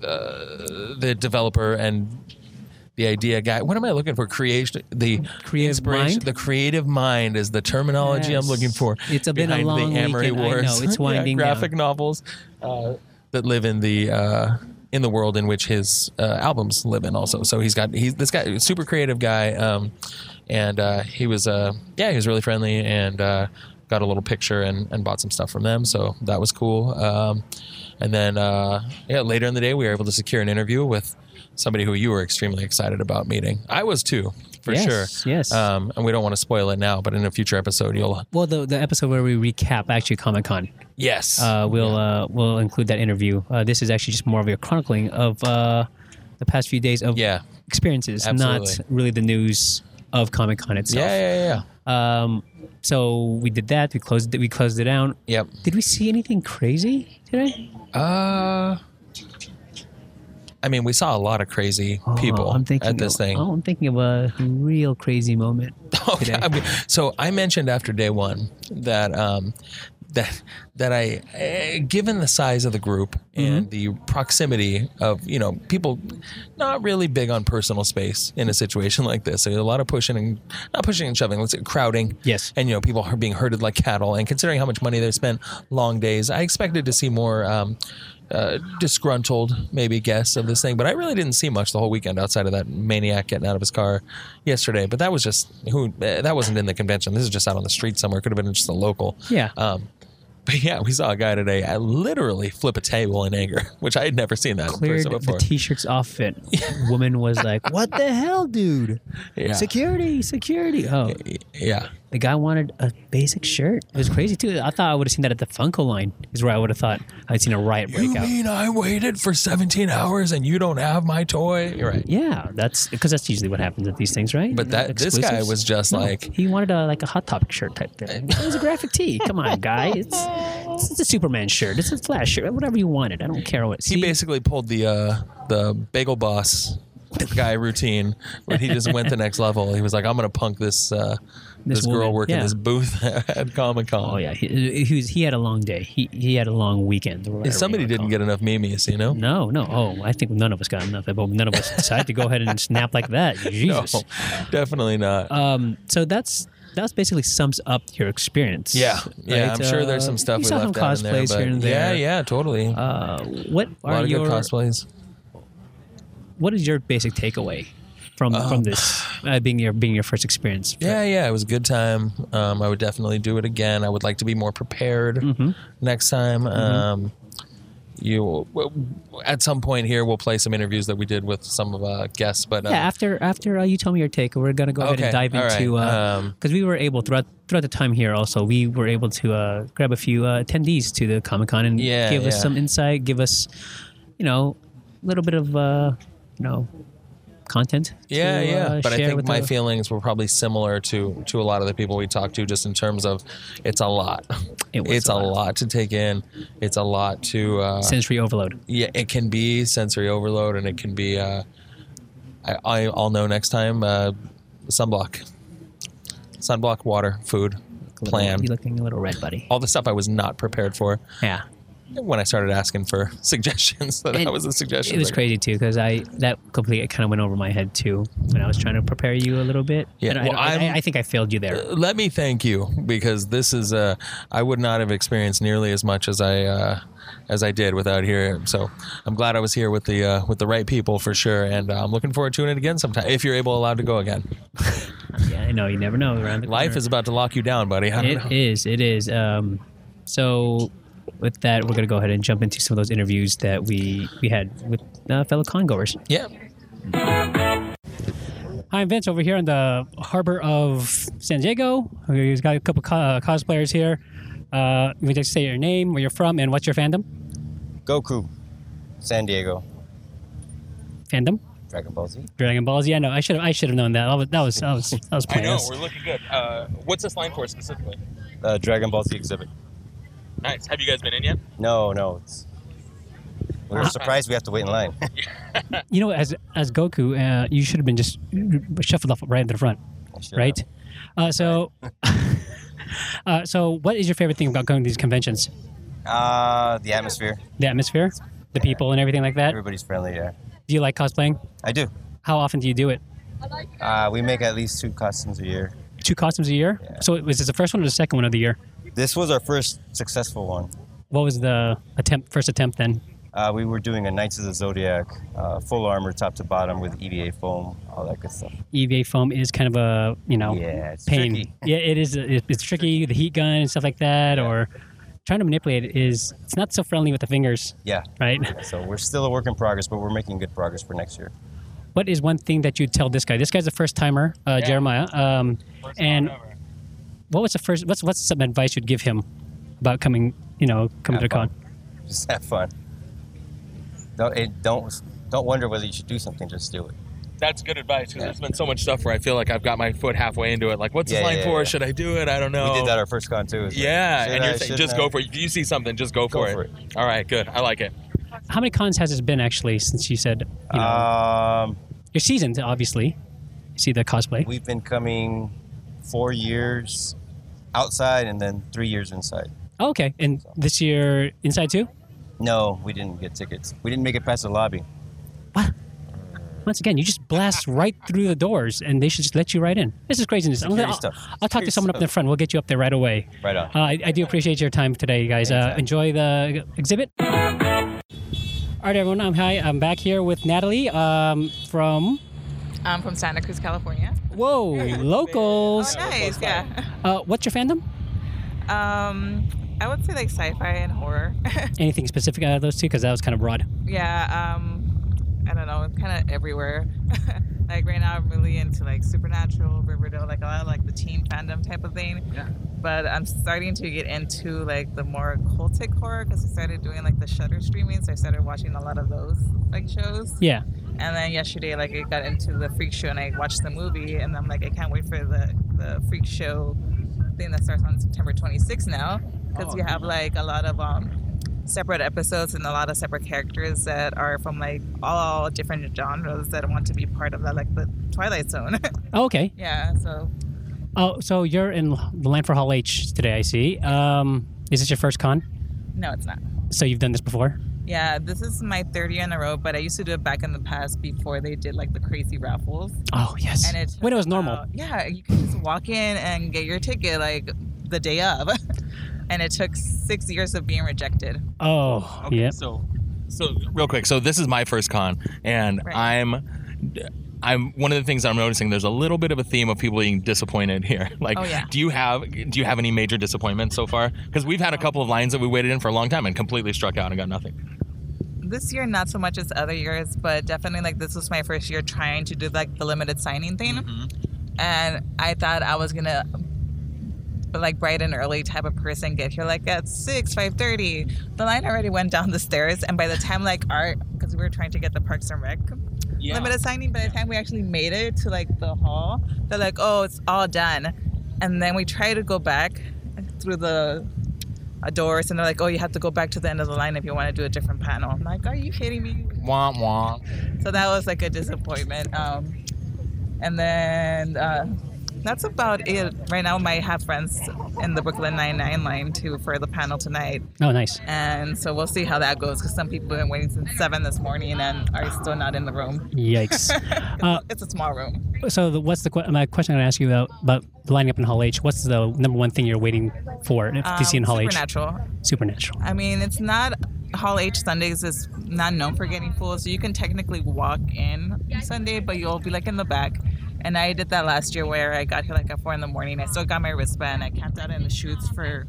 the developer and the idea guy. What am I looking for? Creation, the Creative inspiration- mind? The creative mind is the terminology Yes. I'm looking for. It's a bit a behind long the Amory weekend, I Wars, know, <laughs> it's yeah, winding down. graphic novels uh, that live in the uh, in the world in which his uh, albums live in. Also, so he's got he's this guy, super creative guy, um, and uh, he was uh, yeah, he was really friendly and. Uh, Got a little picture and, and bought some stuff from them, so that was cool. Um, and then uh, yeah, later in the day, we were able to secure an interview with somebody who you were extremely excited about meeting. I was too, for Yes, sure. yes. Um, and we don't want to spoil it now, but in a future episode, you'll Well, the, the episode where we recap actually Comic Con, yes, uh, we'll uh, we'll include that interview. Uh, this is actually just more of a chronicling of uh, the past few days of yeah, experiences, not Absolutely. really the news of Comic Con yeah, itself. yeah, yeah. Um, so we did that. We closed it. We closed it down. Yep. Did we see anything crazy today? Uh, I mean, we saw a lot of crazy people Oh, I'm thinking at this of- thing. Oh, I'm thinking of a real crazy moment. <laughs> Oh, yeah. I mean, so I mentioned after day one that um, that that I, eh, given the size of the group and the proximity of you know people, not really big on personal space in a situation like this. So a lot of pushing and not pushing and shoving. Let's say crowding. Yes. and you know people are being herded like cattle. And considering how much money they spent, long days. I expected to see more. Um, uh, disgruntled, maybe guess of this thing, but I really didn't see much the whole weekend outside of that maniac getting out of his car yesterday. But that was just who eh, that wasn't in the convention. This is just out on the street somewhere. Could have been just a local. <laughs> Yeah. Um, but yeah, we saw a guy today I literally flip a table in anger, <laughs> which I had never seen that in Cleared person the before. t-shirts <laughs> off it. Woman was like, "What the hell, dude? Yeah. Security, security!" Oh, yeah. the guy wanted a basic shirt. It was crazy too. I thought I would have seen that at the Funko line. Is where I would have thought I'd seen a riot You break out. mean I waited for 17 hours and you don't have my toy? You're right. Yeah, that's because that's usually what happens at these things, right? But that this guy Exclusives. was just like He wanted a like a hot topic shirt type thing. It was a graphic tee. Come <laughs> on, guy. It's it's, it's a Superman shirt. It's a Flash shirt. Whatever you wanted. I don't care what. he See? basically pulled the uh, the bagel boss guy routine where he just went the next level. He was like, I'm gonna punk this uh, This this, girl woman, working yeah. this booth <laughs> at Comic Con. Oh yeah, he, he was. He had a long day. He he had a long weekend. or whatever If you somebody wanna didn't call get enough memes, you know. it. No, no. Oh, I think none of us got enough. But none of us decided to go ahead and snap like that. <laughs> Jesus. No, definitely not. Um. So that's that's basically sums up your experience. Yeah, yeah. right? I'm sure there's Uh, some stuff you we saw left some out in there, cosplays but here and there. Yeah, yeah, totally. Uh, what a lot are of your good cosplays. what is your basic takeaway from Um, from this uh, being your being your first experience? Yeah, yeah, it was a good time. Um, I would definitely do it again. I would like to be more prepared Mm-hmm. next time. Um, you w- at some point here we'll play some interviews that we did with some of uh, guests, but uh, Yeah, after after uh, you tell me your take, we're gonna go ahead and Okay, dive all right, into uh, because um, we were able throughout throughout the time here. Also, we were able to uh, grab a few uh, attendees to the Comic Con and Yeah, give us yeah. some insight, give us you know a little bit of uh, you know content. yeah, to, yeah. uh, but I share think with my the- feelings were probably similar to to a lot of the people we talked to, just in terms of it's a lot. It was it's a a lot. lot to take in. It's a lot to uh, sensory overload. yeah, it can be sensory overload, and it can be. Uh, I, I I'll know next time. Uh, sunblock, sunblock, water, food, plan, You looking a little red, buddy. all the stuff I was not prepared for Yeah. when I started asking for <laughs> suggestions. <laughs> That And was the suggestion. It was crazy too because I that completely kind of went over my head too when I was trying to prepare you a little bit. Yeah, And I, well, don't- I, I'm- I think I failed you there. Let me thank you because this is uh, I would not have experienced nearly as much as I uh, as I did without here. So I'm glad I was here with the uh, with the right people for sure, and uh, I'm looking forward to it again sometime if you're able allowed to go again. <laughs> yeah, I know you never know around the Life is about to <laughs> lock you down, buddy. I don't know. It is. It is. Um, so with that, we're gonna go ahead and jump into some of those interviews that we we had with uh, fellow congoers. Yeah. Hi, I'm Vince over here in the harbor of San Diego. We've got a couple co- uh, cosplayers here. Uh, you can just say your name, where you're from, and what's your fandom? Goku, San Diego, Fandom. Dragon Ball Z. Dragon Balls. Yeah, no, I should have. I should have known that. That was. That was. That was. That was pointless. looking good. Uh, what's this line for specifically? Uh, Dragon Ball Z exhibit. Nice. Have you guys been in yet? No, no, it's. We Uh-huh. were surprised we have to wait in line. <laughs> you know, as as Goku, uh, you should have been just shuffled off right at the front, Should've. right? Uh, so, <laughs> uh, so what is your favorite thing about going to these conventions? Uh, the atmosphere. The atmosphere, the people, and everything like that. Everybody's friendly there. Do you like cosplaying? I do. How often do you do it? Uh, we make at least two costumes a year. Two costumes a year. Yeah. So was this the first one or the second one of the year? This was our first successful one. What was the attempt? First attempt then. Uh, we were doing a Knights of the Zodiac, uh, full armor top to bottom with EVA foam, all that good stuff. EVA E foam is kind of a you know Yeah, it's pain. tricky. Yeah, it is. It, it's tricky. The heat gun and stuff like that, or trying to manipulate it is it's not so friendly with the fingers, Yeah. right? So we're still a work in progress, but we're making good progress for next year. What is one thing that you tell this guy? This guy's a first timer, uh, Jeremiah. Um, and what was the first? What's what's some advice you'd give him about coming? You know, coming to Have con. fun. <laughs> Just have fun. Don't it, don't don't wonder whether you should do something. Just do it. That's good advice because there's been so much stuff where I feel like I've got my foot halfway into it. Like, what's Yeah, this line yeah, for? yeah. Should I do it? I don't know. We did that our first con too. It's like, yeah, should and you're I, saying shouldn't just I? go for it. If you see something, just go for, Go for All right, good. I like it. How many cons has this been actually since you said you know Um, you're seasoned? Obviously, you see the cosplay. we've been coming four years outside and then three years inside. Oh, okay. And this year, Inside Two? No, we didn't get tickets. We didn't make it past the lobby. Once again, you just blast right through the doors, and they should just let you right in. This is craziness. I'll, Security I'll, stuff. I'll talk Security to someone up in the stuff. front. We'll get you up there right away. Right on. Uh, I, I do appreciate your time today, you guys. Uh, enjoy the exhibit. All right, everyone. I'm hi. I'm back here with Natalie um, from I'm Um, from Santa Cruz, California. Whoa Oh, Locals. nice. Yeah. Uh, what's your fandom? Um, I would say like sci-fi and horror. <laughs> Anything specific out of those two? Because that was kind of broad. yeah. Um, I don't know. It's kind of everywhere. <laughs> like right now, I'm really into like supernatural, Riverdale, like a lot of like the teen fandom type of thing. Yeah. But I'm starting to get into like the more cultic horror because I started doing like the Shutter streaming, so I started watching a lot of those like shows. Yeah. And then yesterday, like I got into the freak show and I watched the movie, and I'm like, I can't wait for the the freak show thing that starts on September 26th now, because we have like a lot of um separate episodes and a lot of separate characters that are from like all different genres that want to be part of that, like the Twilight Zone. <laughs> Oh, okay. yeah. So Oh, so you're in the line for Hall H today. I see. Um, is this your first con? no, it's not. So you've done this before? Yeah, this is my third year in a row, but I used to do it back in the past before they did like the crazy raffles. Oh yes. and it's when it was normal. yeah, you can just walk in and get your ticket like the day of, <laughs> and it took six years of being rejected. Oh yeah. So, so real quick. So this is my first con, and Right. I'm, I'm one of the things that I'm noticing. There's a little bit of a theme of people being disappointed here. <laughs> Like, Oh, yeah. do you have do you have any major disappointments so far? Because we've had a couple of lines that we waited in for a long time and completely struck out and got nothing. This year, not so much as other years, but definitely like this was my first year trying to do like the limited signing thing, and I thought I was gonna like bright and early type of person get here like at 6 5.30 the line already went down the stairs and by the time like our because we were trying to get the parks and rec limited signing. By the time we actually made it to like the hall, they're like, "Oh, it's all done," and then we try to go back through the uh, doors, and they're like, "Oh, you have to go back to the end of the line if you want to do a different panel." I'm like, "Are you kidding <laughs> me?" Wah wah. So that was like a disappointment. Um, and then uh, that's about it. Right now, I have friends in the Brooklyn Nine Nine line too for the panel tonight, Oh nice. and so we'll see how that goes because some people have been waiting since seven this morning and are still not in the room. <laughs> Yikes. uh, It's a small room. so the, what's the que- my question I'm gonna ask you about, about lining up in Hall H? What's the number one thing you're waiting for to see in Hall H? Um, Supernatural. Supernatural. I mean, it's not Hall H Sundays is not known for getting full, so you can technically walk in Sunday, but you'll be like in the back. And I did that last year where I got here like at four in the morning. I still got my wristband. I camped out in the shoots for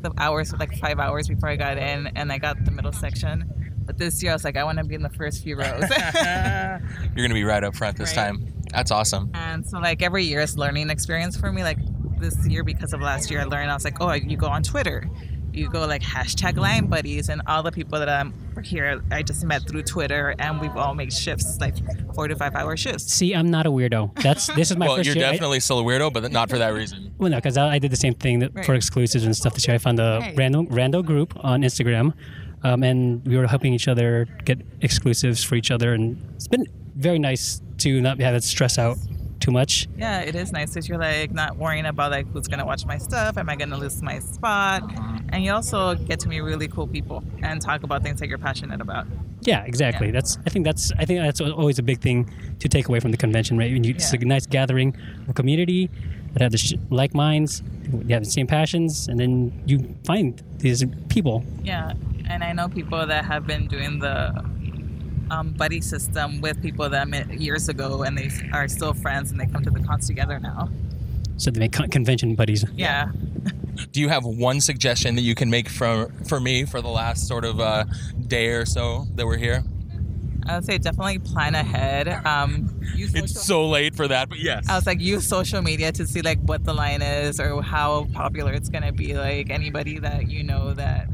the hours, like five hours before I got in, and I got the middle section. But this year I was like, I want to be in the first few rows. <laughs> You're gonna be right up front this Right. time. That's awesome. And so like every year is learning experience for me. Like this year because of last year, I learned I was like, oh, you go on Twitter, you go like hashtag Lion Buddies, and all the people that I'm here, I just met through Twitter, and we've all made shifts like four to five hour shifts. See, I'm not a weirdo. That's this is my <laughs> well, 1st you're year. I- definitely still a weirdo, but not for that reason. Well, no, because I, I did the same thing that for Right. exclusives and stuff this year. I found a Right. random rando group on Instagram, um, and we were helping each other get exclusives for each other, and it's been very nice to not have it stress out too much. Yeah, it is nice because you're like not worrying about like who's gonna watch my stuff, am I gonna lose my spot, and you also get to meet really cool people and talk about things that you're passionate about. Yeah, exactly. Yeah. That's I think that's I think that's always a big thing to take away from the convention, right? When you, It's a Yeah. nice gathering of community that have the sh- like minds, you have the same passions, and then you find these people. Yeah, and I know people that have been doing the um, buddy system with people that I met years ago, and they are still friends, and they come to the cons together now. So they make con- convention buddies. Yeah, Do you have one suggestion that you can make for for me for the last sort of uh, day or so that we're here? I would say definitely plan ahead. Um, use social- It's so late for that, but yes. I was like, use social media to see like what the line is or how popular it's gonna be. Like anybody that you know that,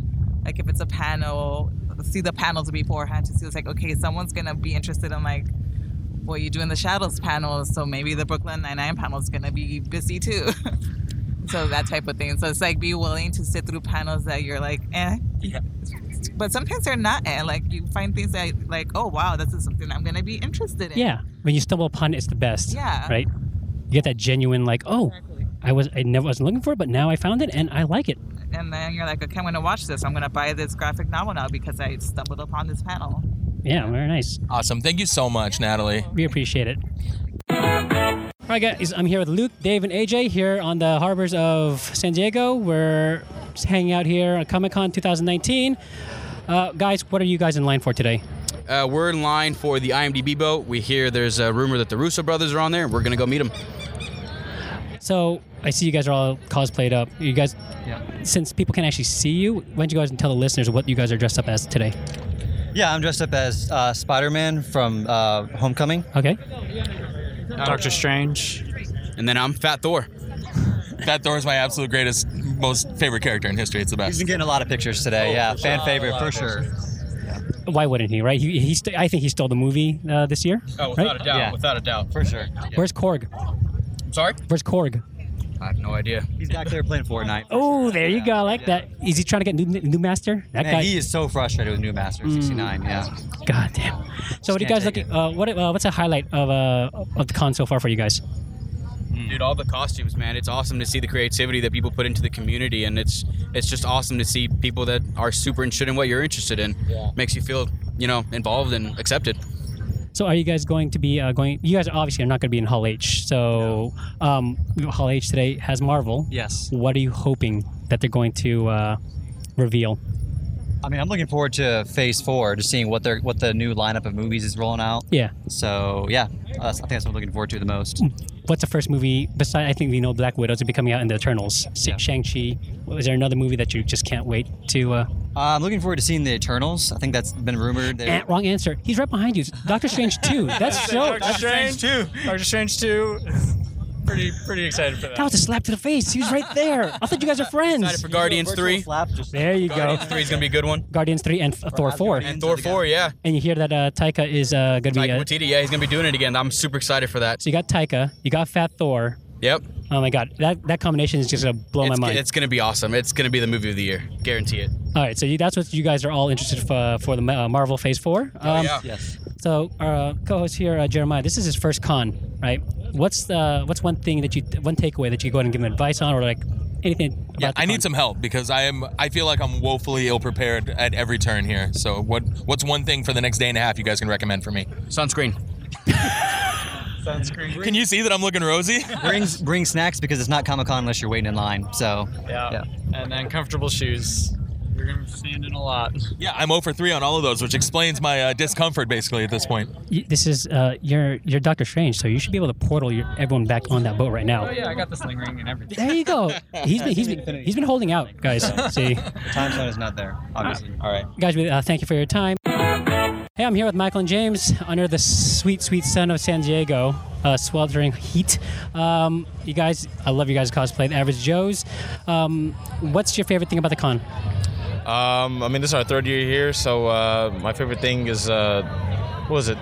like if it's a panel, see the panels beforehand to see it's like okay, someone's gonna be interested in like what you do in the shadows panels. So maybe the Brooklyn Nine Nine panel is gonna be busy too. <laughs> so that type of thing. So it's like be willing to sit through panels that you're like, eh. Yeah. But sometimes they're not, eh. Like you find things that like, oh wow, this is something I'm gonna be interested in. Yeah, when you stumble upon it, it's the best. Yeah. Right? You get that genuine like, oh, I was I never wasn't looking for it, but now I found it and I like it. and then you're like, okay, I'm gonna watch this. I'm gonna buy this graphic novel now because I stumbled upon this panel. Yeah, very nice. Awesome. Thank you so much, Natalie. We appreciate it. All right, guys. I'm here with Luke, Dave, and AJ here on the harbors of San Diego. We're just hanging out here at Comic Con 2019. Uh, guys, what are you guys in line for today? Uh, we're in line for the IMDb boat. We hear there's a rumor that the Russo brothers are on there. We're gonna go meet them. So I see you guys are all cosplayed up. You guys, since people can actually see you, why don't you guys tell the listeners what you guys are dressed up as today? Yeah, I'm dressed up as uh, Spider-Man from uh, Homecoming. Okay. Doctor Strange. And then I'm Fat Thor. That Thor is my absolute greatest, most favorite character in history. It's the He's best. Oh, been getting a lot of pictures today. yeah, fan favorite for sure. Why wouldn't he? Right? He, he st- I think he stole the movie uh, this year. Oh, right? doubt. Yeah. Oh, Without a doubt. For sure. Where's Korg? I'm sorry. Where's Korg? I have no idea. He's back there playing Fortnite. Oh, there you go. I like that. Is he trying to get new new master? That Man, guy. Hmm. he is so frustrated with New Master 69. Yeah. God damn. So what are you can't guys take looking? it. Uh, what uh, what's a highlight of uh of the con so far for you guys? Dude, all the costumes, man. It's awesome to see the creativity that people put into the community, and it's it's just awesome to see people that are super interested in what you're interested in. Makes you feel, you know, involved and accepted. So are you guys going to be uh, going? You guys obviously are not going to be in Hall H. So um, Hall H today has Marvel. Yes. What are you hoping that they're going to uh, reveal? I mean, I'm looking forward to Phase Four, to seeing what their what the new lineup of movies is rolling out. Yeah. So yeah, that's, I think that's what I'm looking forward to the most. What's the first movie besides? I think we know Black Widows will be coming out in the Eternals. Yeah. Shang Chi. Is there another movie that you just can't wait to? Uh, Uh, I'm looking forward to seeing the Eternals. I think that's been rumored. They're- eh, wrong answer. He's right behind you. Doctor Strange <laughs> two. That's so. Strange too. Doctor Strange too. <laughs> pretty pretty excited for That was a slap to the face. He was right there. I thought you <laughs> guys are Excited friends. for Guardians Three. Slap just- There you go. Guardians Three is gonna be a good one. Guardians 3 and uh, Thor 4. And Thor Four, yeah. And you hear that uh, Taika is uh, going to be. Taika Uh, Waititi, yeah, he's gonna be doing it again. I'm super excited for that. so you got Taika, you got Fat Thor. Yep. Oh my God, that, that combination is just going to blow my It's, mind. it's gonna be awesome. It's gonna be the movie of the year. Guarantee it. all right, so you, that's what you guys are all interested for, for the uh, Marvel Phase 4. Um, yeah. Yes. So our uh, co-host here, uh, Jeremiah, this is his first con, right? What's the what's one thing that you one takeaway that you go ahead and give him advice on, or like anything? About Yeah, the I con? need some help because I am. I feel like I'm woefully ill prepared at every turn here. So what? What's one thing for the next day and a half you guys can recommend for me? Sunscreen. Can you see that I'm looking rosy? <laughs> bring bring snacks because it's not Comic Con unless you're waiting in line. So Yeah. And then comfortable shoes. You're gonna be standing a lot. yeah, I'm 0 for 3 on all of those, which explains my uh, discomfort basically at this point. Y- This is uh, you're you're Doctor Strange, so you should be able to portal your, everyone back on that boat right now. Oh yeah, I got the sling ring and everything. There <laughs> you go. He's been, he's been, he's been holding out, guys. See, the time zone is not there, obviously. All right. guys, we, uh, thank you for your time. Hey, I'm here with Michael and James under the sweet, sweet sun of San Diego, uh, sweltering heat. Um, you guys, I love you guys' cosplay, the Average Joes. Um, what's your favorite thing about the con? Um, I mean, this is our third year here, so uh, my favorite thing is uh, what was it?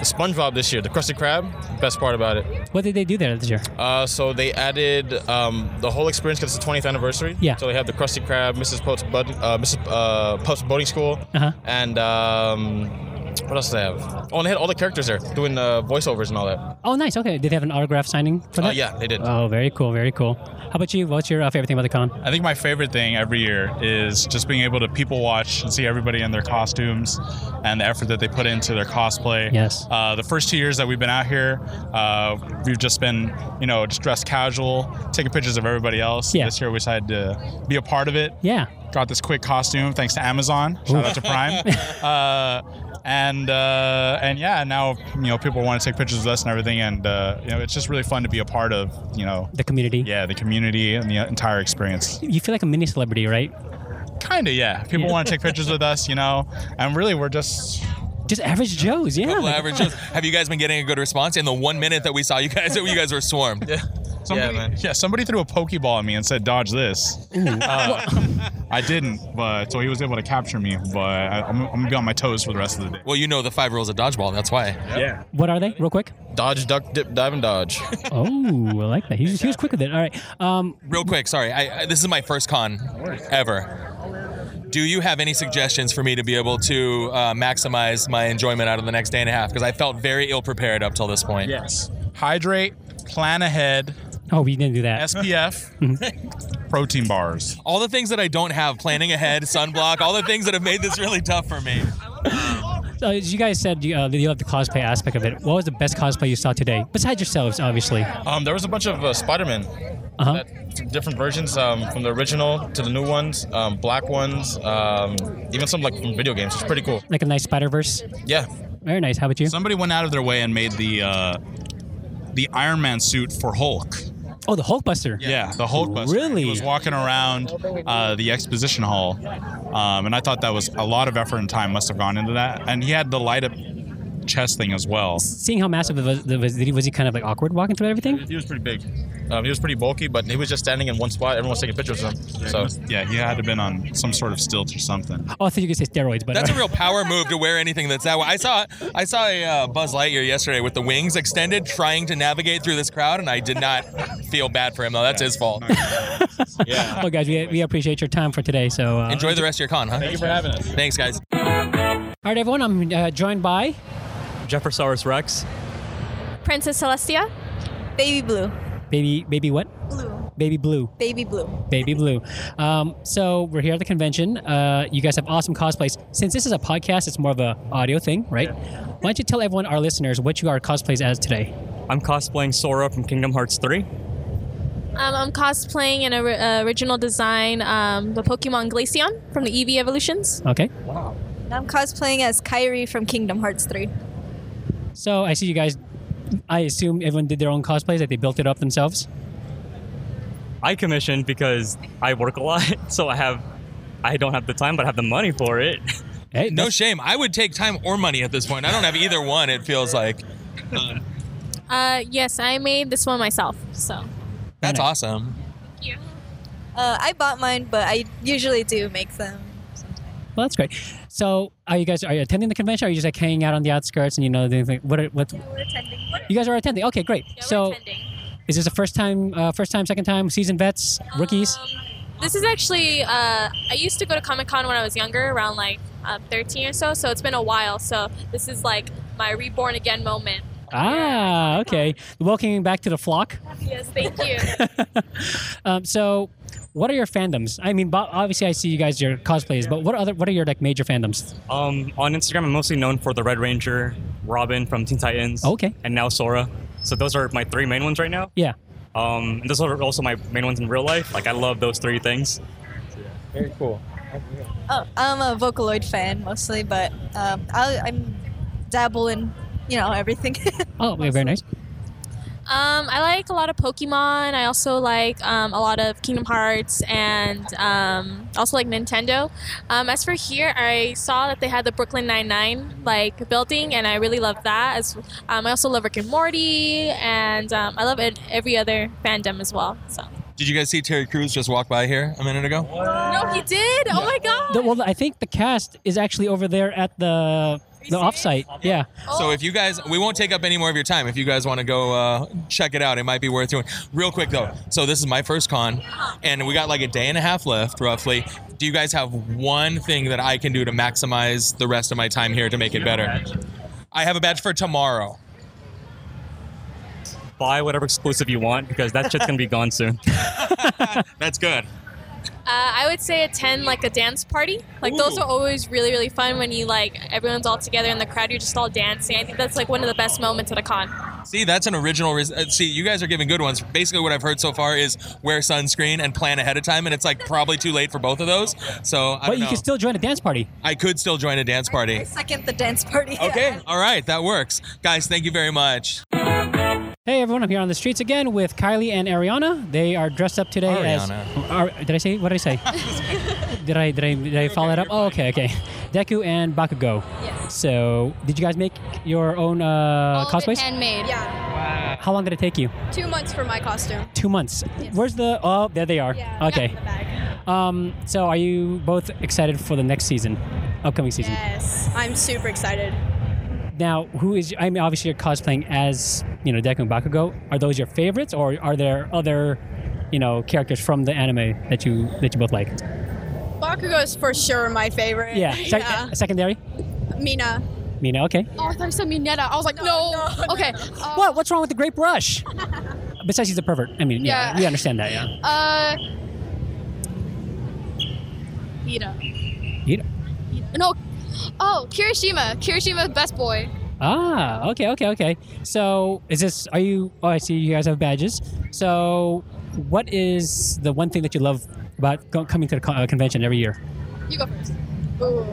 The SpongeBob this year, the Krusty Krab. Best part about it. What did they do there this year? Uh, so they added um, the whole experience because it's the 20th anniversary. Yeah. So they have the Krusty Krab, Mrs. Puff's, bud- uh, Mrs. Uh, Puff's boating school, Uh-huh. and um, what else do they have? Oh, and they had all the characters there doing uh, voiceovers and all that. Oh, nice. Okay, did they have an autograph signing for Uh, that? yeah, they did. Oh, very cool, very cool. How about you? What's your uh, favorite thing about the con? I think my favorite thing every year is just being able to people watch and see everybody in their costumes and the effort that they put into their cosplay. Yes. Uh, the first two years that we've been out here, uh, we've just been, you know, just dressed casual, taking pictures of everybody else. Yeah. This year we decided to be a part of it. Yeah. Got this quick costume thanks to Amazon. Shout out to <laughs> Prime. uh, and uh, and yeah, now you know people want to take pictures of us and everything, and uh, you know it's just really fun to be a part of. You know, The community. yeah, the community and the entire experience. You feel like a mini celebrity, right? Kind of, yeah. People want to take pictures with us, you know, and really we're just Just average Joes, yeah. <laughs> Well, average. Have you guys been getting a good response in the one minute that we saw you guys? You guys were swarmed. somebody, yeah, man. Somebody threw a pokeball at me and said, "Dodge this." Uh, I didn't, but so he was able to capture me. But I, I'm, I'm gonna be on my toes for the rest of the day. Well, you know the five rules of dodgeball. That's why. What are they, real quick? Dodge, duck, dip, dive, and dodge. Oh, I like that. He was, he was quick with it. All right. Um, <laughs> Real quick, sorry. I, I this is my first con ever. Do you have any suggestions for me to be able to uh, maximize my enjoyment out of the next day and a half? Because I felt very ill prepared up till this point. Yes. Hydrate, plan ahead, oh, we didn't do that. SPF, <laughs> protein bars. All the things that I don't have, planning ahead, sunblock, all the things that have made this really tough for me. So, as you guys said you, uh, that you love the cosplay aspect of it. What was the best cosplay you saw today, besides yourselves, obviously? Um, there was a bunch of uh, Spider-Man, Uh-huh. that- different versions um, from the original to the new ones, um, black ones, um, even some like from video games. It's pretty cool. Like a nice Spider Verse. Yeah. Very nice. How about you? Somebody went out of their way and made the uh, the Iron Man suit for Hulk. Oh, the Hulkbuster. Yeah, the Hulkbuster. Really? He was walking around uh, the exposition hall, um, and I thought that was a lot of effort and time must have gone into that. And he had the light up chest thing as well. Seeing how massive it was, it was, did he- was he kind of like awkward walking through everything? He was pretty big. Um, he was pretty bulky, but he was just standing in one spot. Everyone was taking pictures of him. So yeah, he had to have been on some sort of stilts or something. Oh, I thought you could say steroids, but That's a real power move to wear anything that's that way. I saw I saw a uh, Buzz Lightyear yesterday with the wings extended, trying to navigate through this crowd, and I did not feel bad for him though. That's his fault. <laughs> yeah. Well, Oh, guys, we, we appreciate your time for today. So uh, Enjoy the rest of your con, huh? Thank you for having us. Thanks, guys. All right, everyone. I'm uh, joined by Jeffersaurus Rex. Princess Celestia, Baby Blue, baby, baby what? Blue. Baby blue. Baby Blue. Baby Blue. Um, so we're here at the convention. Uh, you guys have awesome cosplays. Since this is a podcast, it's more of a audio thing, right? Why don't you tell everyone, our listeners, what you are cosplays as today? I'm cosplaying Sora from Kingdom Hearts 3. Um, I'm cosplaying an or- uh, original design, um, the Pokemon Glaceon from the EV Evolutions. Okay. I'm cosplaying as Kyrie from Kingdom Hearts 3. So I see you guys. I assume everyone did their own cosplays, like they built it up themselves. I commissioned because I work a lot, <laughs> so I have I don't have the time, but I have the money for it. Hey, no shame. I would take time or money at this point. I don't have either one. It feels like Uh, yes, I made this one myself. So. that's awesome. Uh, I bought mine, but I usually do make them. Well, that's great. So are you guys are you attending the convention? Or are you just like hanging out on the outskirts and you know doing thing- what? Are, what? We're attending. You guys are attending. Okay, great. so is this the first time? Uh, first time? Second time? Season vets? Rookies? Um, This is actually, uh, I used to go to Comic Con when I was younger, around like uh, 13 or so, so it's been a while. So this is like my reborn again moment. ah, okay. Welcoming back to the flock. <laughs> Yes, thank you. Um, so, what are your fandoms? I mean, bo- obviously, I see you guys your cosplays, but what other what are your like major fandoms? Um, on Instagram, I'm mostly known for the Red Ranger, Robin from Teen Titans, Okay. and now Sora. So those are my three main ones right now. Yeah. Um, and those are also my main ones in real life. Like I love those three things. Very cool. Oh, I'm a Vocaloid fan mostly, but um, I, I'm dabble in you know everything. <laughs> Oh, okay, very nice. Um, I like a lot of Pokemon. I also like um, a lot of Kingdom Hearts and um, also like Nintendo. Um, as for here, I saw that they had the Brooklyn Nine Nine like building, and I really love that. As um, I also love Rick and Morty, and um, I love it, every other fandom as well. So Did you guys see Terry Crews just walk by here a minute ago? no, he did. Oh my god. The- well, I think the cast is actually over there at the the offsite. Yeah. So if you guys, we won't take up any more of your time. If you guys want to go uh, check it out, it might be worth doing. Real quick though, so this is my first con, and we got like a day and a half left roughly. Do you guys have one thing that I can do to maximize the rest of my time here to make it better? I have a badge for tomorrow. Buy whatever exclusive you want because that shit's gonna be gone soon. <laughs> That's good. Uh, I would say attend like a dance party. Like those are always really really fun when you like everyone's all together in the crowd. You're just all dancing. I think that's like one of the best moments at a con. See, that's an original. Res- uh, see, you guys are giving good ones. Basically, what I've heard so far is wear sunscreen and plan ahead of time, and it's like probably too late for both of those. So I But don't you know. can still join a dance party. I could still join a dance party. Second, the dance party. <laughs> Okay, all right, that works, guys. Thank you very much. Hey everyone, I'm here on the streets again with Kylie and Ariana. They are dressed up today as. Ariana. Ar- did I say what did <laughs> I say? did I did I did I follow that up? Oh, okay, okay. Deku and Bakugo. Yes. So, did you guys make your own uh, cosplays? handmade. Yeah. How long did it take you? Two months for my costume. Two months. Where's the? Oh, there they are. Yeah, okay. in the bag. Um, so, are you both excited for the next season, upcoming season? Yes. I'm super excited. Now, who is? I mean, obviously, you're cosplaying as you know Deku and Bakugo. Are those your favorites, or are there other, you know, characters from the anime that you that you both like? Bakugo is for sure my favorite. <laughs> Yeah. Sec- eh, yeah. Secondary. Mina. Mina. Okay. Oh, I thought you said Minetta. I was like, no. okay. Uh, What? What's wrong with the Great Brush? Besides, he's a pervert. I mean, yeah, Yeah. we understand that. Yeah. Uh, Ida. Ida. No. Oh, Kirishima. Kirishima, best boy. Ah, okay, okay, okay. So, is this? Are you? Oh, I see. You guys have badges. So, what is the one thing that you love about go, coming to the con- uh, convention every year? You go first. Ooh.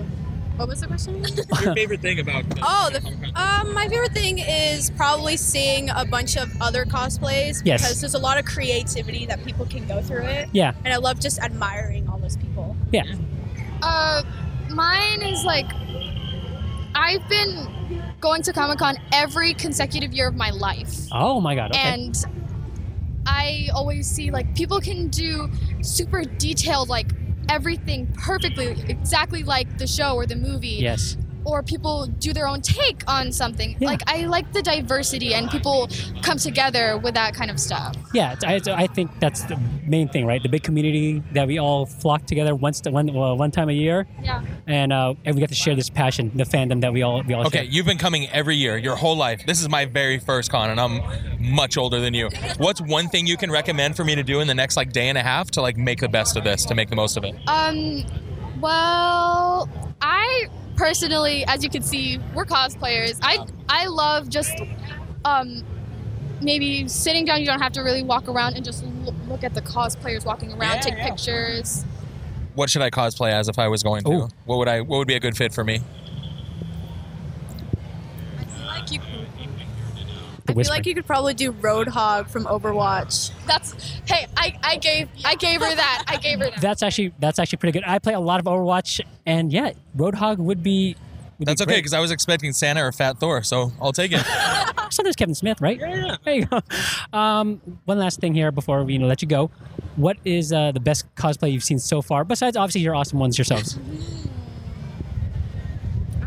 What was the <laughs> question? Your favorite thing about Oh, the, um, my favorite thing is probably seeing a bunch of other cosplays Yes. because there's a lot of creativity that people can go through it. Yeah. And I love just admiring all those people. Yeah. Uh, mine is like I've been going to Comic Con every consecutive year of my life, Oh my God. Okay. and I always see like people can do super detailed like everything perfectly, exactly like the show or the movie. yes. Or people do their own take on something. Like I like the diversity and people come together with that kind of stuff. Yeah, I, I think that's the main thing, right? The big community that we all flock together once to one well, one time a year, Yeah. and uh, and we get to share this passion, the fandom that we all we all Okay, share. you've been coming every year, your whole life. This is my very first con, and I'm much older than you. What's one thing you can recommend for me to do in the next like day and a half to like make the best of this, to make the most of it? Um, well, I personally, as you can see, we're cosplayers. I I love just um maybe sitting down. You don't have to really walk around and just lo- look at the cosplayers walking around, take pictures. What should I cosplay as if I was going to? What would I? What would be a good fit for me? Like you, The I feel like you could probably do Roadhog from Overwatch. That's hey, I, I gave I gave her that. I gave her <laughs> that. That's actually that's actually pretty good. I play a lot of Overwatch, and yeah, Roadhog would be. Would That's be okay great. because I was expecting Santa or Fat Thor, so I'll take <laughs> it. Sometimes oh, Kevin Smith, right? Yeah. There you go. <laughs> Um, one last thing here before we you know, let you go. What is uh, the best cosplay you've seen so far? Besides, obviously, your awesome <laughs> ones yourselves.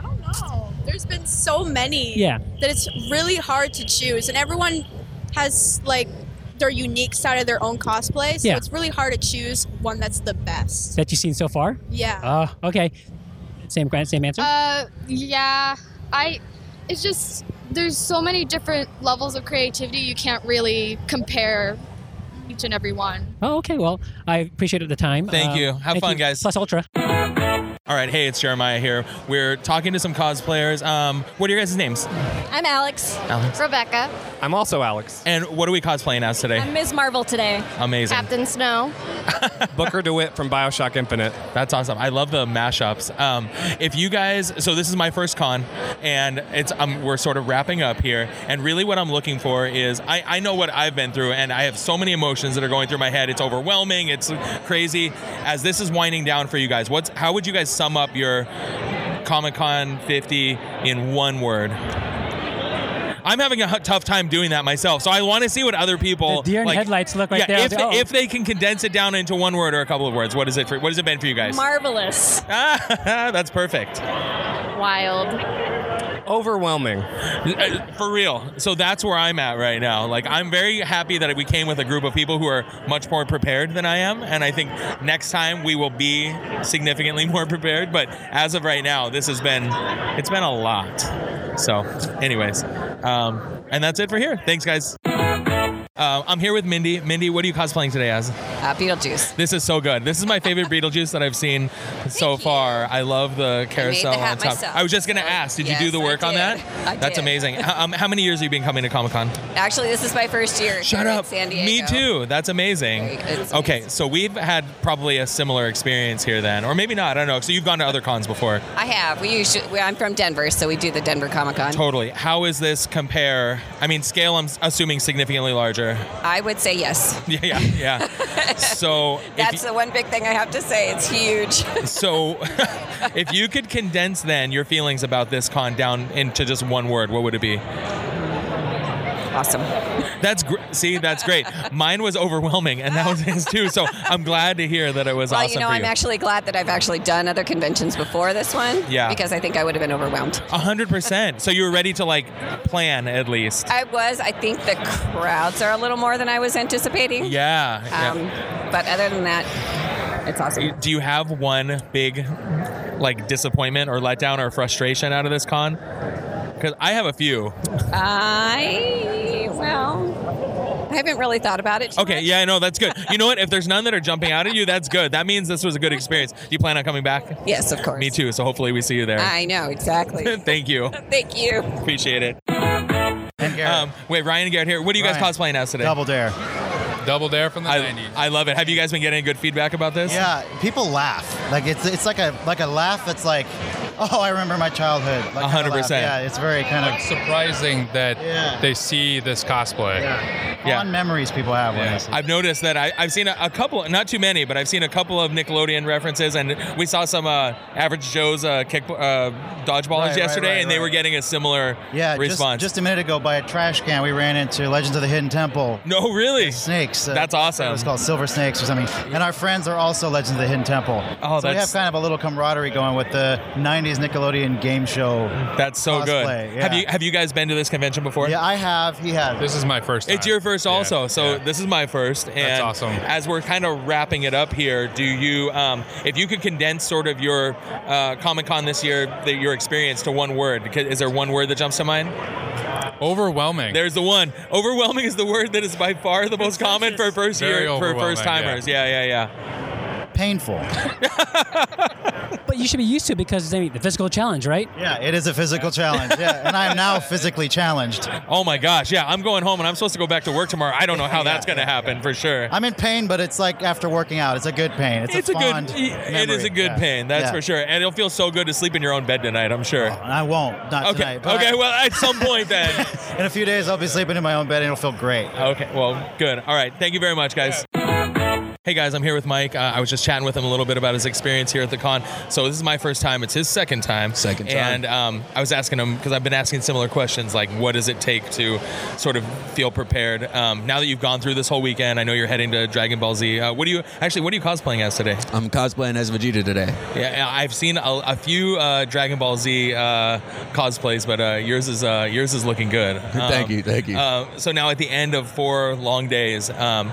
Oh, there's been so many. Yeah. That it's really hard to choose, and everyone has like their unique side of their own cosplay, so Yeah. it's really hard to choose one that's the best. that you've seen so far? Yeah. Oh, okay. Same grant, same answer. Uh, yeah, I. It's just there's so many different levels of creativity. You can't really compare each and every one. oh, okay. Well, I appreciate the time. Um, Thank you. Have fun, guys. Plus Ultra. All right, hey, it's Jeremiah here. We're talking to some cosplayers. Um, what are your guys' names? I'm Alex. Alex. Rebecca. I'm also Alex. And what are we cosplaying as today? I'm Ms. Marvel today. Amazing. Captain Snow. Booker DeWitt from Bioshock Infinite. That's awesome. I love the mashups. Um, if you guys, so this is my first con, and it's um, we're sort of wrapping up here. And really, what I'm looking for is I, I know what I've been through, and I have so many emotions that are going through my head. It's overwhelming. It's crazy. As this is winding down for you guys, what's how would you guys sum up your Comic Con 50 in one word? I'm having a hu- tough time doing that myself, so I want to see what other people The deer in like- headlights look <laughs> right yeah, there. If, Oh. if they can condense it down into one word or a couple of words, what is it for? What has it been for you guys? Marvelous. <laughs> That's perfect. Wild. Overwhelming. Uh, For real. So that's where I'm at right now. Like I'm very happy that we came with a group of people who are much more prepared than I am, and I think next time we will be significantly <laughs> more prepared. But as of right now, this has been it's been a lot. So, anyways, um, and that's it for here. Thanks, guys. Uh, I'm here with Mindy. Mindy, what are you cosplaying today as? Uh, Beetlejuice. This is so good. This is my favorite Beetlejuice that I've seen so far. I love the carousel hat on top. myself, Oh, I was just gonna ask, did yes, you do the I work on did. that? I That's did. amazing. H- um, how many years have you been coming to Comic Con? Actually, this is my first year. Shut here in up. San Diego. Me too. That's amazing. Okay, so we've had probably a similar experience here then, or maybe not. I don't know. So you've gone to other cons before. I have. We usually. we- I'm from Denver, so we do the Denver Comic Con. Totally. How is this compare? I mean, scale. I'm s- assuming significantly larger. <laughs> I would say yes. Yeah, yeah, <laughs> yeah. so if That's you- the one big thing I have to say. It's huge. so <laughs> if you could condense then your feelings about this con down into just one word what would it be awesome that's gr- see that's great mine was overwhelming and that was his too so i'm glad to hear that it was well, awesome you know, for I'm you actually glad that I've actually done other conventions before this one. Yeah. Because I think I would have been overwhelmed. 100% so you were ready to like plan at least I was. I think the crowds are a little more than I was anticipating. yeah, yeah. Um, But other than that, it's awesome. do you have one big like disappointment or letdown or frustration out of this con because i have a few I well, I haven't really thought about it. Okay, yeah, I know that's good. You know what? If there's none that are jumping out at you, that's good. That means this was a good experience. Do you plan on coming back? Yes, of course. Me too. So hopefully we see you there. I know <laughs> exactly. Thank you. Thank you. Appreciate it. Um, wait, Ryan and Garrett here. What are you guys cosplaying as today? Double Dare. Double Dare from the I, 90s. I love it. Have you guys been getting good feedback about this? Yeah, people laugh. Like it's it's like a like a laugh that's like, oh, I remember my childhood. Like, kind of laugh. 100%. Yeah, it's very kind of It's surprising that they see this cosplay. fond memories people have when they see. I've noticed that I, I've seen a, a couple, not too many, but I've seen a couple of Nickelodeon references, and we saw some uh, Average Joe's uh, kick uh, Right, dodgeballers right, yesterday, right, and they were getting a similar Yeah, just, response. just a minute ago by a trash can, we ran into Legends of the Hidden Temple. No, really? Snakes. That's awesome. It was called Silver Snakes or something. And our friends are also Legends of the Hidden Temple. Oh, so we have that's- kind of a little camaraderie going with the 90s Nickelodeon game show. That's so Oh, good. cosplay, Have yeah. you have you guys been to this convention before? Yeah, I have. He has. This is my first. It's your first also, so this is my first. And That's awesome. As we're kind of wrapping it up here, do you, um, if you could condense sort of your uh, Comic Con this year, the, your experience to one word, because- is there one word that jumps to mind? Overwhelming. There's the one. Overwhelming is the word that is by far the most common for first Very year for overwhelming, first timers. Yeah, yeah, yeah. <laughs> Painful. <laughs> But you should be used to it because I mean, the physical challenge, right? Yeah, it is a physical challenge. <laughs> Yeah, and I am now physically challenged. Oh my gosh, yeah. I'm going home and I'm supposed to go back to work tomorrow. I don't know how that's going to happen for sure. I'm in pain, but it's like after working out, it's a good pain. It's, It's a, a good. fond It is memory. a good Yeah. pain. That's Yeah. Oh, for sure. And it'll feel so good to sleep in your own bed tonight. I'm sure. I won't. Not okay. tonight. but okay. I- Well, at some <laughs> point then. in a few days, I'll be sleeping in my own bed and it'll feel great. Okay. Well, good. All right. Thank you very much, guys. Hey guys, I'm here with Mike. Uh, I was just chatting with him a little bit about his experience here at the con. So this is my first time. It's his second time. Second time. And um, I was asking him because I've been asking similar questions, like what does it take to sort of feel prepared? Um, now that you've gone through this whole weekend, I know you're heading to Dragon Ball Z. Uh, what do you actually? What are you cosplaying as today? I'm cosplaying as Vegeta today. Yeah, I've seen a, a few uh, Dragon Ball Z uh, cosplays, but uh, yours is uh, yours is looking good. <laughs> Thank you, thank you. Uh, so now, at the end of four long days, um,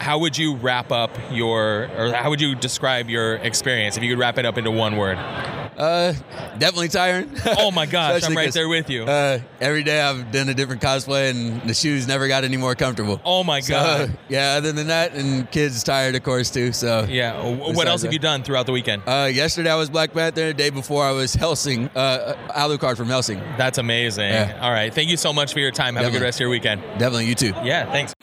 how would you wrap up your, or how would you describe your experience if you could wrap it up into one word? Uh, definitely tiring. Oh <laughs> my gosh, I'm Especially right 'cause, there with you. Uh, every day I've done a different cosplay, and the shoes never got any more comfortable. Oh my So, God. yeah, other than that, and kids tired, of course, too. So yeah, wh- what else have you done throughout the weekend? Uh, yesterday I was Black Panther. The day before I was Helsing, uh, Alucard from Helsing. That's amazing. All right, thank you so much for your time. Have a good Definitely. rest of your weekend. Definitely, you too. Yeah, thanks.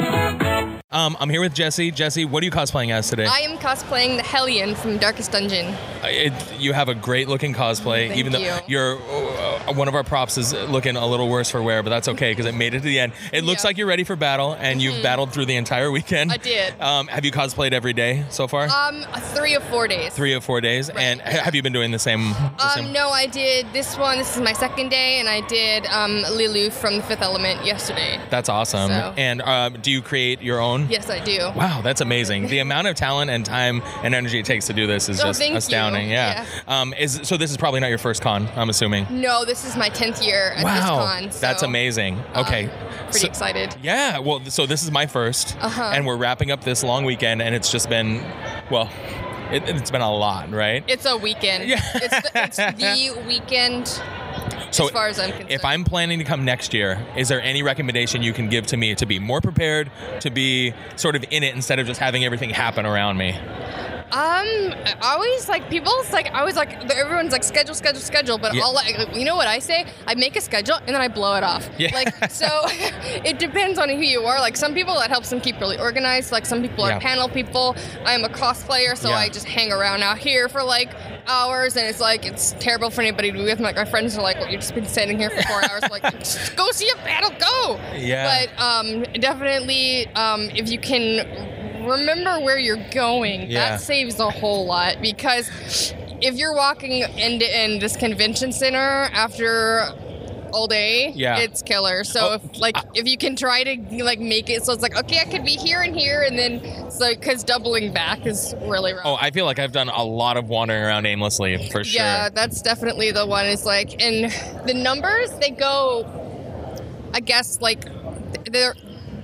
Um, I'm here with Jesse. Jesse, what are you cosplaying as today? I am cosplaying the Hellion from Darkest Dungeon. It, you have a great looking cosplay, Thank even though you. you're uh, one of our props is looking a little worse for wear, but that's okay because it made it to the end. It looks like you're ready for battle, and you've Mhm. battled through the entire weekend. I did. Um, have you cosplayed every day so far? Um, three or four days. Three or four days, and ha- have you been doing the same? the Um, same- no, I did this one. This is my second day, and I did um, Lilu from The Fifth Element yesterday. That's awesome. So. And uh, do you create your own? Yes, I do. Hmm. Wow, that's amazing. The amount of talent and time and energy it takes to do this is Oh, just thank you. astounding. Yeah. Um, is so this is probably not your first con, I'm assuming. No, this is my tenth year at this con. So um, that's amazing. Okay. Pretty So- excited. Yeah, well, so this is my 1st Uh-huh. and we're wrapping up this long weekend, and it's just been, well, it, it's been a lot, right? It's a weekend. <laughs> Yeah. it's, the, it's the weekend. as far as I'm concerned. if I'm planning to come next year, is there any recommendation you can give to me to be more prepared, to be sort of in it instead of just having everything happen around me? Um, always like people's like always like everyone's like schedule, schedule, schedule. But Yeah. all like you know what I say? I make a schedule and then I blow it off. Yeah. Like so, <laughs> it depends on who you are. Like some people that helps them keep really organized. Like some people Yeah. are panel people. I am a cosplayer, so Yeah. I just hang around out here for like hours, and it's like it's terrible for anybody to be with. Like my friends are like, "Well, you've just been standing here for four hours. Like, <laughs> "Just go see a panel, go." Yeah. But um, definitely, um, if you can. Remember where you're going. Yeah. That saves a whole lot because if you're walking in in this convention center after all day, Yeah. Oh, it's killer. So if like if you can try to like make it so it's like okay, I could be here and here and then so because doubling back is really rough. Oh, I feel like I've done a lot of wandering around aimlessly for sure. Yeah, that's definitely the one. It's like and the numbers they go, I guess like they're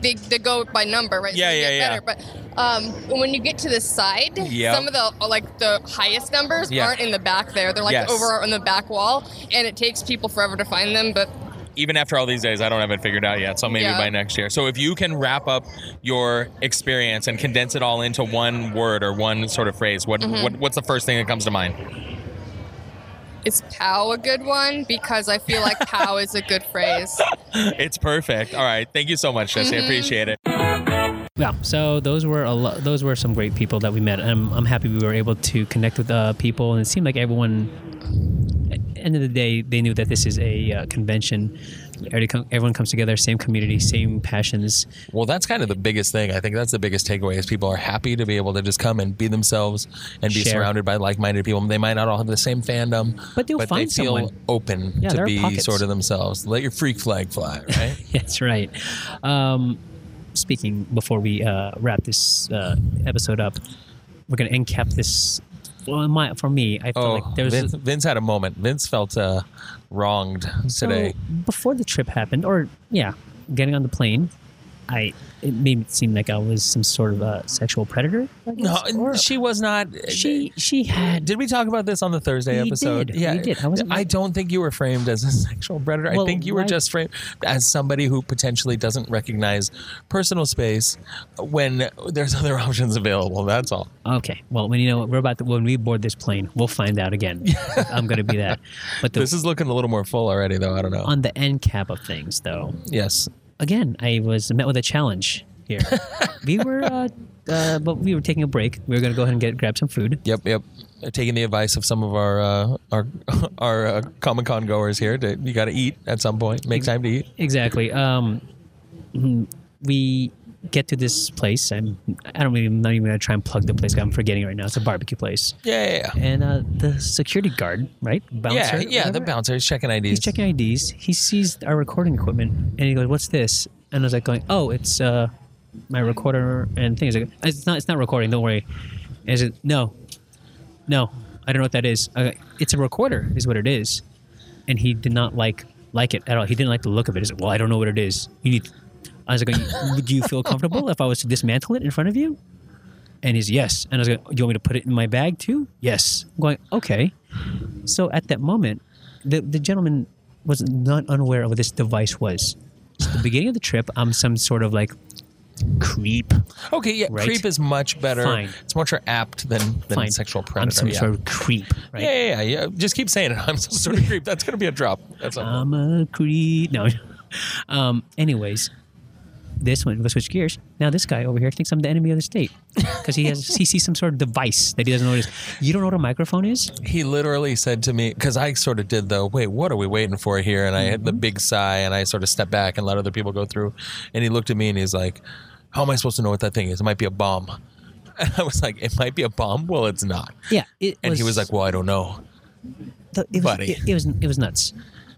they, they go by number, right? Yeah, they yeah, get yeah. Better. But um, when you get to the side, Yep. some of the like the highest numbers Yeah. aren't in the back there. They're like Yes. over on the back wall, and it takes people forever to find them. But even after all these days, I don't have it figured out yet. So maybe Yeah. by next year. So if you can wrap up your experience and condense it all into one word or one sort of phrase, what, Mhm. what what's the first thing that comes to mind? <laughs> Is POW a good one? Because I feel like POW is a good <laughs> phrase. it's perfect. All right. Thank you so much, Jesse. I Mhm. appreciate it. Yeah. So those were a lo- those were some great people that we met. I'm I'm happy we were able to connect with uh, people, and it seemed like everyone. At the end of the day, they knew that this is a uh, convention. Everybody com- Everyone comes together, same community, same passions. Well, that's kind of the biggest thing. I think that's the biggest takeaway is people are happy to be able to just come and be themselves and be Share. surrounded by like-minded people. They might not all have the same fandom, But they'll they find feel someone. open Yeah, there to are be pockets. sort of themselves. Let your freak flag <laughs> fly, right? That's right. Um, speaking before we uh, wrap this uh, episode up, we're gonna end cap this. Well, in my, for me, I feel oh, like there was Vince, Vince had a moment. Vince felt uh, wronged So, today. before the trip happened, or yeah, getting on the plane, I it made it seem like I was some sort of a sexual predator. I No, guess, or- she was not. uh, She she had. Did we talk about this on the Thursday We episode? did, Yeah, we did. I wasn't- don't think you were framed as a <laughs> sexual predator. Well, I think you were why- just framed as somebody who potentially doesn't recognize personal space when there's other <laughs> options available. That's all. Okay, well, when you know what, we're about to, when we board this plane, we'll find out again. <laughs> if I'm gonna be that. But the, this is looking a little more full already, though. I don't know. on the end cap of things, though. yes. Again, I was met with a challenge <laughs> here. we were, uh, uh, but we were taking a break. We were gonna go ahead and get grab some food. Yep. Yep. Taking the advice of some of our uh, our <laughs> our uh, Comic Con goers here, to, you got to eat at some point. Mm-hmm. Make time to eat. Exactly. Um, mm, we get to this place. I'm. I don't even. I'm not even gonna try and plug the place. 'cause I'm forgetting right now. It's a barbecue place. Yeah. And uh, the security guard, right? Bouncer. yeah. Yeah. The bouncer is checking IDs. He's checking IDs. He sees our recording equipment, and he goes, "What's this?" And I was like, "Going, oh, it's uh, my recorder and things." Like, it's not. It's not recording. Don't worry. And I said, "No, no, I don't know what that is. I, go, it's a recorder, is what it is." And he did not like like it at all. He didn't like the look of it. He said, "Well, I don't know what it is. You need." I was like, "You- "Would you feel comfortable if I was to dismantle it in front of you?" And he's yes. And I was like, "You want me to put it in my bag too?" Yes. I'm going okay. So at that moment, the the gentleman was not unaware of what this device was. So at the beginning of the trip, I'm some sort of like creep. Okay, yeah, Right. creep is much better. Fine. It's much more apt than, than Fine. sexual predator. I'm some yeah. sort of creep. Right? yeah, yeah, yeah, yeah. Just keep saying it. <laughs> I'm some sort of creep. That's gonna be a drop. That's all. I'm a creep. No. <laughs> Um. Anyways, this one. Let's switch gears. Now this guy over here thinks I'm the enemy of the state because he has he sees some sort of device that he doesn't know what it is. You don't know what a microphone is? He literally said to me, because I sort of did the wait, what are we waiting for here? And I had the Mm-hmm. big sigh, and I sort of stepped back and let other people go through. And he looked at me and he's like, "How am I supposed to know what that thing is? It might be a bomb." <laughs> And I was like, "It might be a bomb. Well, it's not." Yeah. It and he was like, "Well, I don't know, the- it was, buddy." It, it was it was nuts.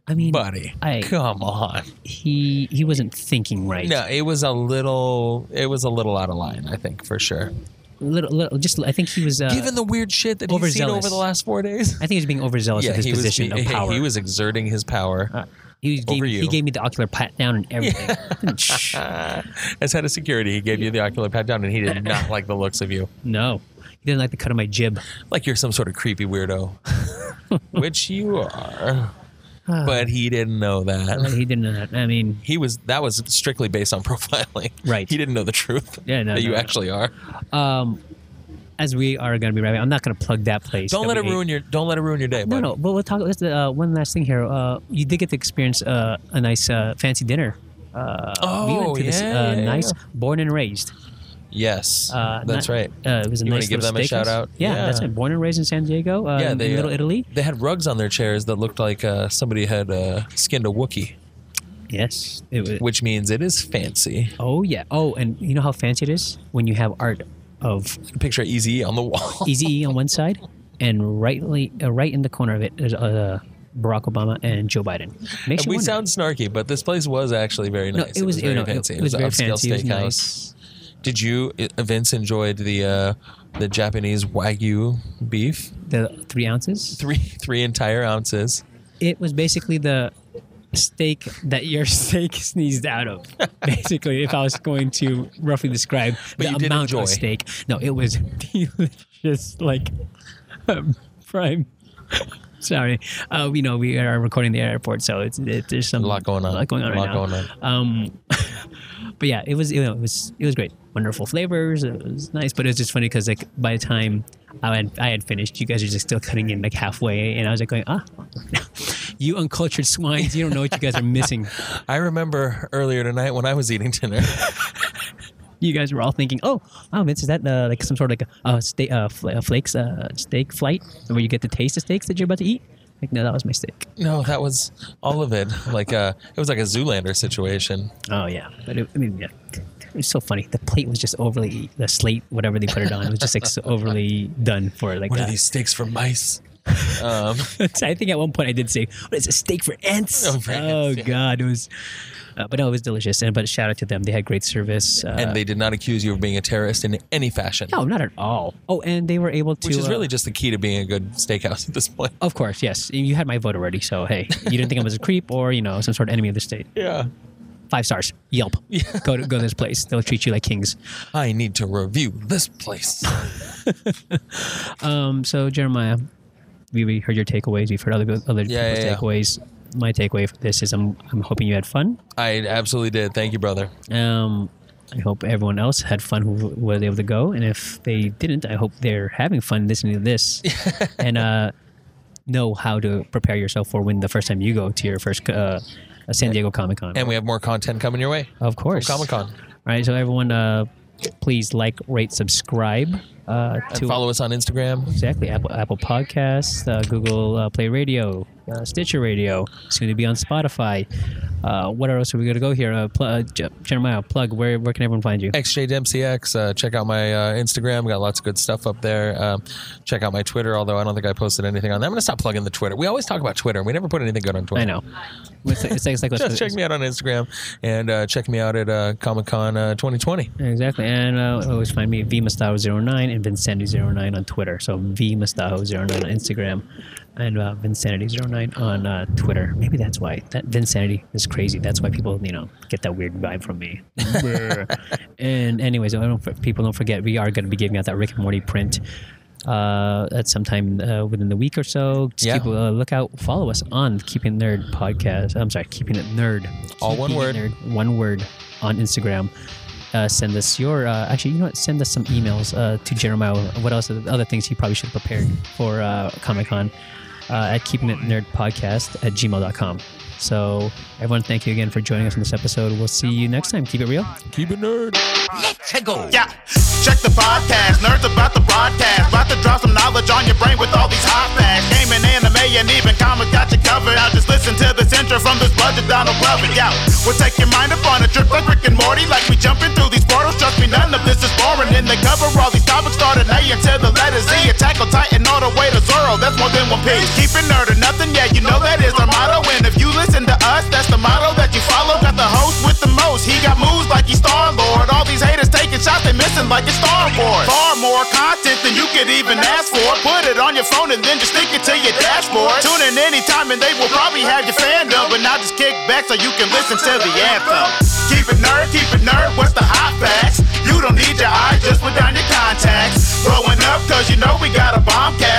I mean, buddy, I- come on. He he wasn't thinking right. No, it was a little. It was a little out of line. I think for sure. Little, little, just I think he was uh, Given the weird shit that he's seen overzealous. over the last four days. I think he's being overzealous with his he position was, <laughs> of he- power. Uh, He was exerting his power. He gave, over you. he gave me the ocular pat down and <laughs> everything. As head of security, he gave you the ocular pat down, and he did not like the looks of you. <laughs> No, he didn't like the cut of my jib. Like you're some sort of creepy <laughs> weirdo, which you are. Ah. But he didn't know Uh, that. he didn't know that. I mean, He was that was strictly based on <laughs> profiling. Right. He didn't know the truth. Yeah, no, that you no, no. actually are. um, as we are going to be wrapping, I'm not going to plug that place. Don't that let it we ate. ruin your. Don't let it ruin your day. No, bud. no. But we'll talk. Let's, uh, one last thing here. Uh, you did get to experience uh, a nice uh, fancy dinner. Uh, we Oh, went to this yeah, uh, yeah, nice yeah. born and raised. Yes, Uh, that's not- right. Uh, it was a you wanna nice give little them a shout steakhouse. out? Yeah, Yeah. that's it. Born and raised in San Diego, uh, in uh, Little Italy. They had rugs on their chairs that looked like uh, somebody had uh, skinned a Wookiee. Yes, it was. Which means it is fancy. Oh yeah. Oh, and you know how fancy it is when you have art of Picture Easy on the wall. Easy <laughs> E on one side, and rightly uh, right in the corner of it is uh, Barack Obama and Joe Biden. Makes And you we wonder. sound snarky, but this place was actually very No, nice. it was- very no, it- fancy. it was an very upscale fancy. It was steakhouse. nice. Did you, uh, Vince, enjoyed the uh, the Japanese wagyu beef? the three ounces. Three <laughs> three entire ounces. It was basically the steak that your <laughs> steak sneezed out of. Basically, if I was going to roughly describe But the you did amount enjoy. of steak, <laughs> <laughs> no, it was delicious, like um, prime. Sorry, uh, you know we are recording the airport, so it's it, there's some a lot going on. A lot going on. A right lot now. going Um, <laughs> but yeah, it was you know, it was it was great. Wonderful flavors. It was nice, but it was just funny because like by the time I had I had finished, you guys are just still cutting in like halfway, and I was like going ah, <laughs> you uncultured swines, you don't know what you guys are <laughs> missing. I remember earlier tonight when I was eating dinner. <laughs> you guys were all thinking, oh, wow, Vince, is that uh, like some sort of like a uh, steak, uh, fl- uh, flakes, uh, steak flight where you get to taste the steaks that you're about to eat? Like, no, that was my steak. No, that was all of it. Like uh it was like a Zoolander situation. Oh yeah, but it, I mean, yeah. it was so funny. The plate was just overly, the slate, whatever they put it on, was just like so overly done for it. Like, What are these steaks for <laughs> mice? Um, I think at one point I did say, "What is a steak for ants?" Oh, God, it was. Uh, but no, it was delicious. And but shout out to them; they had great service. Uh, and they did not accuse you of being a terrorist in any fashion. no, not at all. Oh, and they were able to. Which is uh, really just the key to being a good steakhouse at this point. Of course, yes. You had my vote already, so hey, you didn't think I was a creep or you know some sort of enemy of the state. Yeah. Five stars. Yelp. Go to go to this place. They'll treat you like kings. I need to review this place. <laughs> um. So Jeremiah, we, we heard your takeaways. We've heard other other Yeah, yeah, people's yeah. takeaways. My takeaway from this is I'm I'm hoping you had fun. I absolutely did. Thank you, brother. Um, I hope everyone else had fun who was able to go, and if they didn't, I hope they're having fun listening to this and uh, know how to prepare yourself for when the first time you go to your first uh, San Diego Comic Con. And we have more content coming your way. Of course, Comic Con. All right, so everyone, uh, please like, rate, subscribe. Uh, And to follow us on Instagram. Exactly, Apple Apple Podcasts, uh, Google uh, Play Radio, uh, Stitcher Radio, soon to be on Spotify. Uh, what else are we going to go here? Uh, pl- uh, Je- Jeremiah, plug. Where where can everyone find you? XJ Dempseyx. Uh, check out my uh, Instagram. We got lots of good stuff up there. Um, check out my Twitter, although I don't think I posted anything on there. I'm going to stop plugging the Twitter. We always talk about Twitter. We never put anything good on Twitter. I know. It's like, it's like, <laughs> it's like Just check me out on Instagram and uh, check me out at uh, Comic Con uh, 2020. Exactly. And uh, always find me at vmastajo09 and vinsandy09 on Twitter. So vmastajo09 on Instagram and uh, vinsanity09 on uh, Twitter. Maybe that's why. That Vinsanity is crazy. That's why people, you know, get that weird vibe from <laughs> me. and anyways, I don't, people don't forget, we are going to be giving out that Rick and Morty print uh, at sometime uh, within the week or so. Just Yeah. keep a lookout. Follow us on Keeping Nerd podcast. I'm sorry, Keeping It Nerd. All one Keeping It word. Nerd, one word on Instagram. Uh, send us your uh, actually, you know what? Send us some emails uh, to Jeremiah. What else? are the Other things he probably should have prepared for uh, Comic Con uh, at Keeping It Nerd Podcast at gmail.com. So, everyone, thank you again for joining us on this episode. We'll see you next time. Keep it real. Keep it nerd. Yeah. Check the podcast, nerds about the broadcast. About to drop some knowledge on your brain with all these hot facts. Gaming, anime, and even comics got you covered. Now just listen to this intro from this budget Donald Glover. Yeah. We'll take your mind up on a trip like Rick and Morty. Like we jumping through these portals. Trust me, none of this is boring. And they cover all these topics starting A until the letter Z. Attack on Titan all the way to Zoro. That's more than one piece. Keeping nerd or nothing. Yeah, you know that is our motto. And if you listen to us, that's the motto that you follow. Got the host with the most. He got moves like he's Star Lord. All these haters taking shots, they missing like it's Star Wars. Far more content than you could even ask for. Put it on your phone and then just stick it to your dashboard. Tune in anytime and they will probably have your fandom. But now just kick back so you can listen to the anthem. Keep it nerd, keep it nerd, what's the hot facts? You don't need your eyes, just put down your contacts. Growing up, cause you know we got a bomb cat.